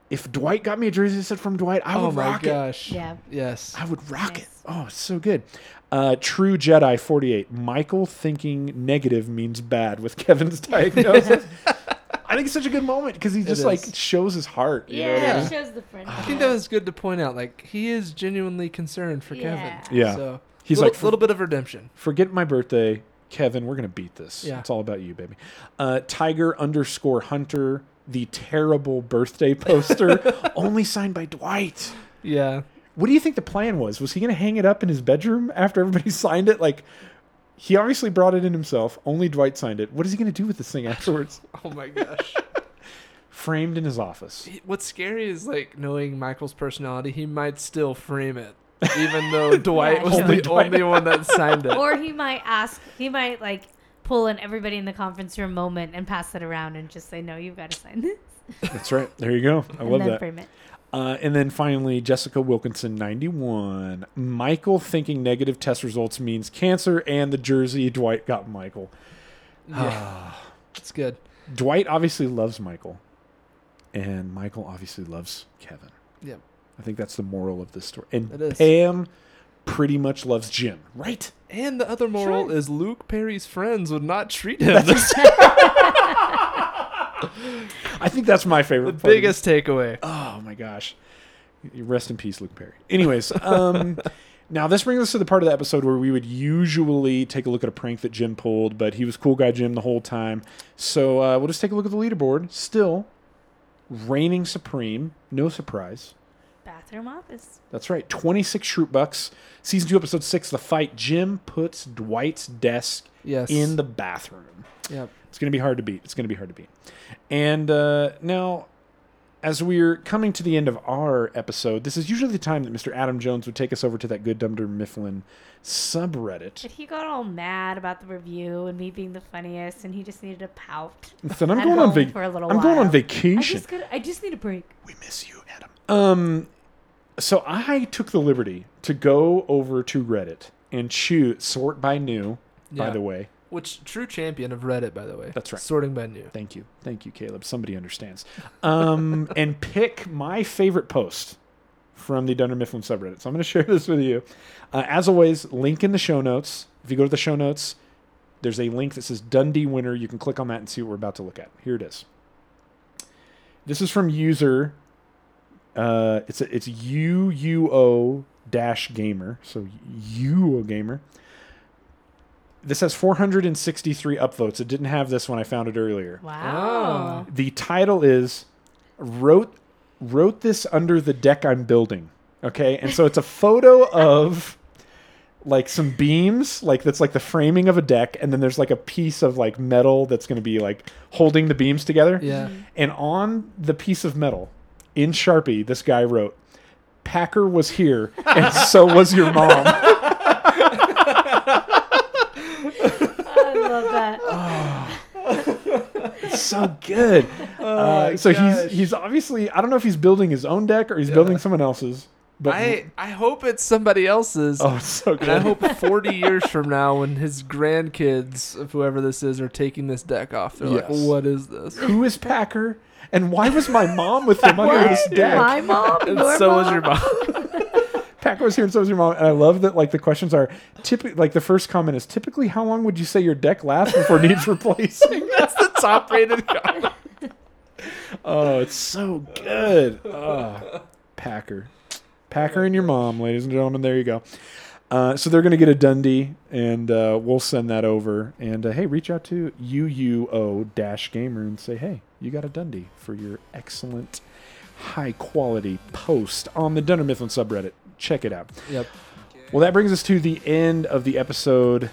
Speaker 1: If Dwight got me a jersey that said from Dwight, I would
Speaker 2: Oh my
Speaker 1: rock it.
Speaker 2: gosh.
Speaker 3: Yeah.
Speaker 2: Yes.
Speaker 1: I would rock it.
Speaker 3: Nice.
Speaker 1: Oh, it's so good. Uh, True Jedi 48. Michael thinking negative means bad with Kevin's diagnosis. I think it's such a good moment because he just like
Speaker 2: is.
Speaker 1: shows his heart. you know?
Speaker 3: Yeah,
Speaker 2: Yeah.
Speaker 3: it shows the friendship.
Speaker 2: I think that was good to point out. Like he is genuinely concerned for
Speaker 3: Yeah.
Speaker 2: Kevin.
Speaker 1: Yeah.
Speaker 2: So
Speaker 1: He's
Speaker 2: he's little,
Speaker 1: like-
Speaker 2: like a little bit of redemption.
Speaker 1: Forget my birthday. Kevin, we're going to beat this.
Speaker 2: Yeah.
Speaker 1: It's all about you, baby. Uh, Tiger underscore Hunter, the terrible birthday poster, only signed by Dwight.
Speaker 2: Yeah.
Speaker 1: What do you think the plan was? Was he going to hang it up in his bedroom after everybody signed it? Like, he obviously brought it in himself. Only Dwight signed it. What is he going to do with this thing afterwards?
Speaker 2: Oh my gosh.
Speaker 1: Framed in his office.
Speaker 2: What's scary is like knowing Michael's personality, he might still frame it, even though Dwight was
Speaker 1: Only
Speaker 2: the
Speaker 1: Dwight.
Speaker 2: only one that signed it.
Speaker 3: or he might ask, he might like pull an everybody in the conference room moment and pass it around and just say, no, you've got to sign this.
Speaker 1: That's right. There you go. I
Speaker 3: and
Speaker 1: love
Speaker 3: then
Speaker 1: that.
Speaker 3: frame it.
Speaker 1: Uh, and then finally, Jessica Wilkinson, 91. Michael thinking negative test results means cancer and the jersey Dwight got Michael.
Speaker 2: It's good.
Speaker 1: Dwight obviously loves Michael, and Michael obviously loves Kevin.
Speaker 2: Yep.
Speaker 1: I think that's the moral of this story. And
Speaker 2: It is.
Speaker 1: Pam pretty much loves Jim, right?
Speaker 2: And the other moral is Luke Perry's friends would not treat him. That's
Speaker 1: I think that's my favorite.
Speaker 2: the
Speaker 1: part of this
Speaker 2: biggest takeaway.
Speaker 1: Oh my gosh. Rest in peace, Luke Perry. Anyways, um, now this brings us to the part of the episode where we would usually take a look at a prank that Jim pulled, but he was cool guy Jim the whole time. So uh, we'll just take a look at the leaderboard. Still reigning supreme, no surprise.
Speaker 3: Bathroom office.
Speaker 1: That's right, 26 Shroot Bucks. Season 2, Episode 6, The Fight. Jim puts Dwight's desk
Speaker 2: Yes.
Speaker 1: in the bathroom.
Speaker 2: Yep.
Speaker 1: It's going to be hard to beat. It's going to be hard to beat. And uh, now, as we're coming to the end of our episode, this is usually the time that Mr. Adam Jones would take us over to that Good Dumb Dumb Mifflin subreddit.
Speaker 3: But he got all mad about the review and me being the funniest, and he just needed a pout.
Speaker 1: Then I'm
Speaker 3: At
Speaker 1: going on
Speaker 3: home
Speaker 1: vac-
Speaker 3: for a little
Speaker 1: I'm going
Speaker 3: while.
Speaker 1: on
Speaker 3: I I
Speaker 1: vacation.
Speaker 3: just, could, I just need a break.
Speaker 1: We miss you, Adam. Um, so I took the liberty to go over to Reddit and choose sort by new. By
Speaker 2: Yeah.
Speaker 1: the way,
Speaker 2: Which true champion of Reddit, by the way.
Speaker 1: That's right.
Speaker 2: Sorting by new.
Speaker 1: Thank you. Thank you, Caleb. Somebody understands. Um, and pick my favorite post from the Dunder Mifflin subreddit. So I'm going to share this with you. Uh, as always, link in the show notes. If you go to the show notes, there's a link that says Dundee winner. You can click on that and see what we're about to look at. Here it is. This is from user. Uh, it's a, it's UUO dash gamer. So UUO gamer. This has 463 upvotes. It didn't have this when I found it earlier.
Speaker 3: Wow.
Speaker 1: The title is wrote wrote this under the deck I'm building. Okay, and so it's a photo of like some beams, like that's like the framing of a deck, and then there's like a piece of like metal that's going to be like holding the beams together.
Speaker 2: Yeah.
Speaker 1: And on the piece of metal, in Sharpie, this guy wrote, "Packer was here, and so was your mom."
Speaker 3: I love that.
Speaker 1: so good. Uh, so he's he's obviously I don't know if he's building his own deck or he's building someone else's. But
Speaker 2: I, I hope it's somebody else's.
Speaker 1: oh, it's so good.
Speaker 2: And I hope 40 years from now, when his grandkids, of whoever this is, are taking this deck off, they're
Speaker 1: Yes.
Speaker 2: like, what is this?
Speaker 1: who is Packer? And why was my mom with him under his deck?
Speaker 3: My mom,
Speaker 2: And
Speaker 3: your
Speaker 2: so
Speaker 3: mom.
Speaker 2: is your mom.
Speaker 1: Packer was here and so was your mom. And I love that like the questions are typically like the first comment is typically how long would you say your deck lasts before it needs replacing?
Speaker 2: That's the top rated card.
Speaker 1: Oh, it's so good. Oh, Packer. Packer and your mom, ladies and gentlemen. There you go. Uh, so they're going to get a Dundee, and uh, we'll send that over. And uh, hey, reach out to UUO Dash Gamer and say, hey, you got a Dundee for your excellent, high quality post on the Dunder Mifflin subreddit. Check it out.
Speaker 2: Yep.
Speaker 1: Well, that brings us to the end of the episode.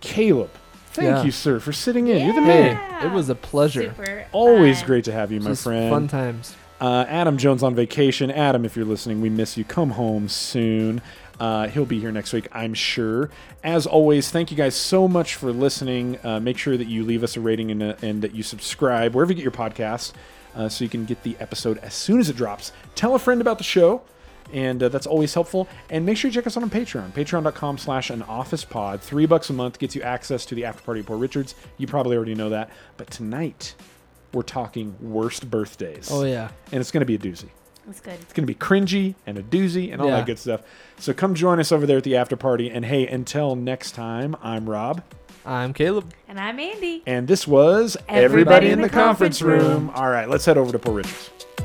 Speaker 1: Caleb, thank
Speaker 2: Yeah.
Speaker 1: you, sir, for sitting in. You're the
Speaker 2: Hey,
Speaker 1: man.
Speaker 3: Yeah.
Speaker 2: it was a pleasure.
Speaker 3: Super
Speaker 1: Always
Speaker 3: fun.
Speaker 1: great to have you, my
Speaker 2: Just
Speaker 1: friend.
Speaker 2: Fun times.
Speaker 1: Uh, Adam Jones on vacation. Adam, if you're listening, we miss you. Come home soon. Uh, he'll be here next week, I'm sure. As always, thank you guys so much for listening. Uh, make sure that you leave us a rating and, uh, and that you subscribe wherever you get your podcast uh, so you can get the episode as soon as it drops. Tell a friend about the show and uh, that's always helpful and make sure you check us out on patreon patreon.com slash an office pod three bucks a month gets you access to the after party at poor richards you probably already know that but tonight we're talking worst birthdays.
Speaker 2: Oh, yeah.
Speaker 1: And it's going to be a doozy.
Speaker 3: That's good.
Speaker 1: It's going to be cringy and a doozy and all
Speaker 2: Yeah.
Speaker 1: that good stuff. So come join us over there at the after party. And hey, until next time, I'm Rob.
Speaker 2: I'm Caleb.
Speaker 3: And I'm Andy.
Speaker 1: And this was
Speaker 3: Everybody in the Conference Room.
Speaker 1: All right, let's head over to Poor Richard's.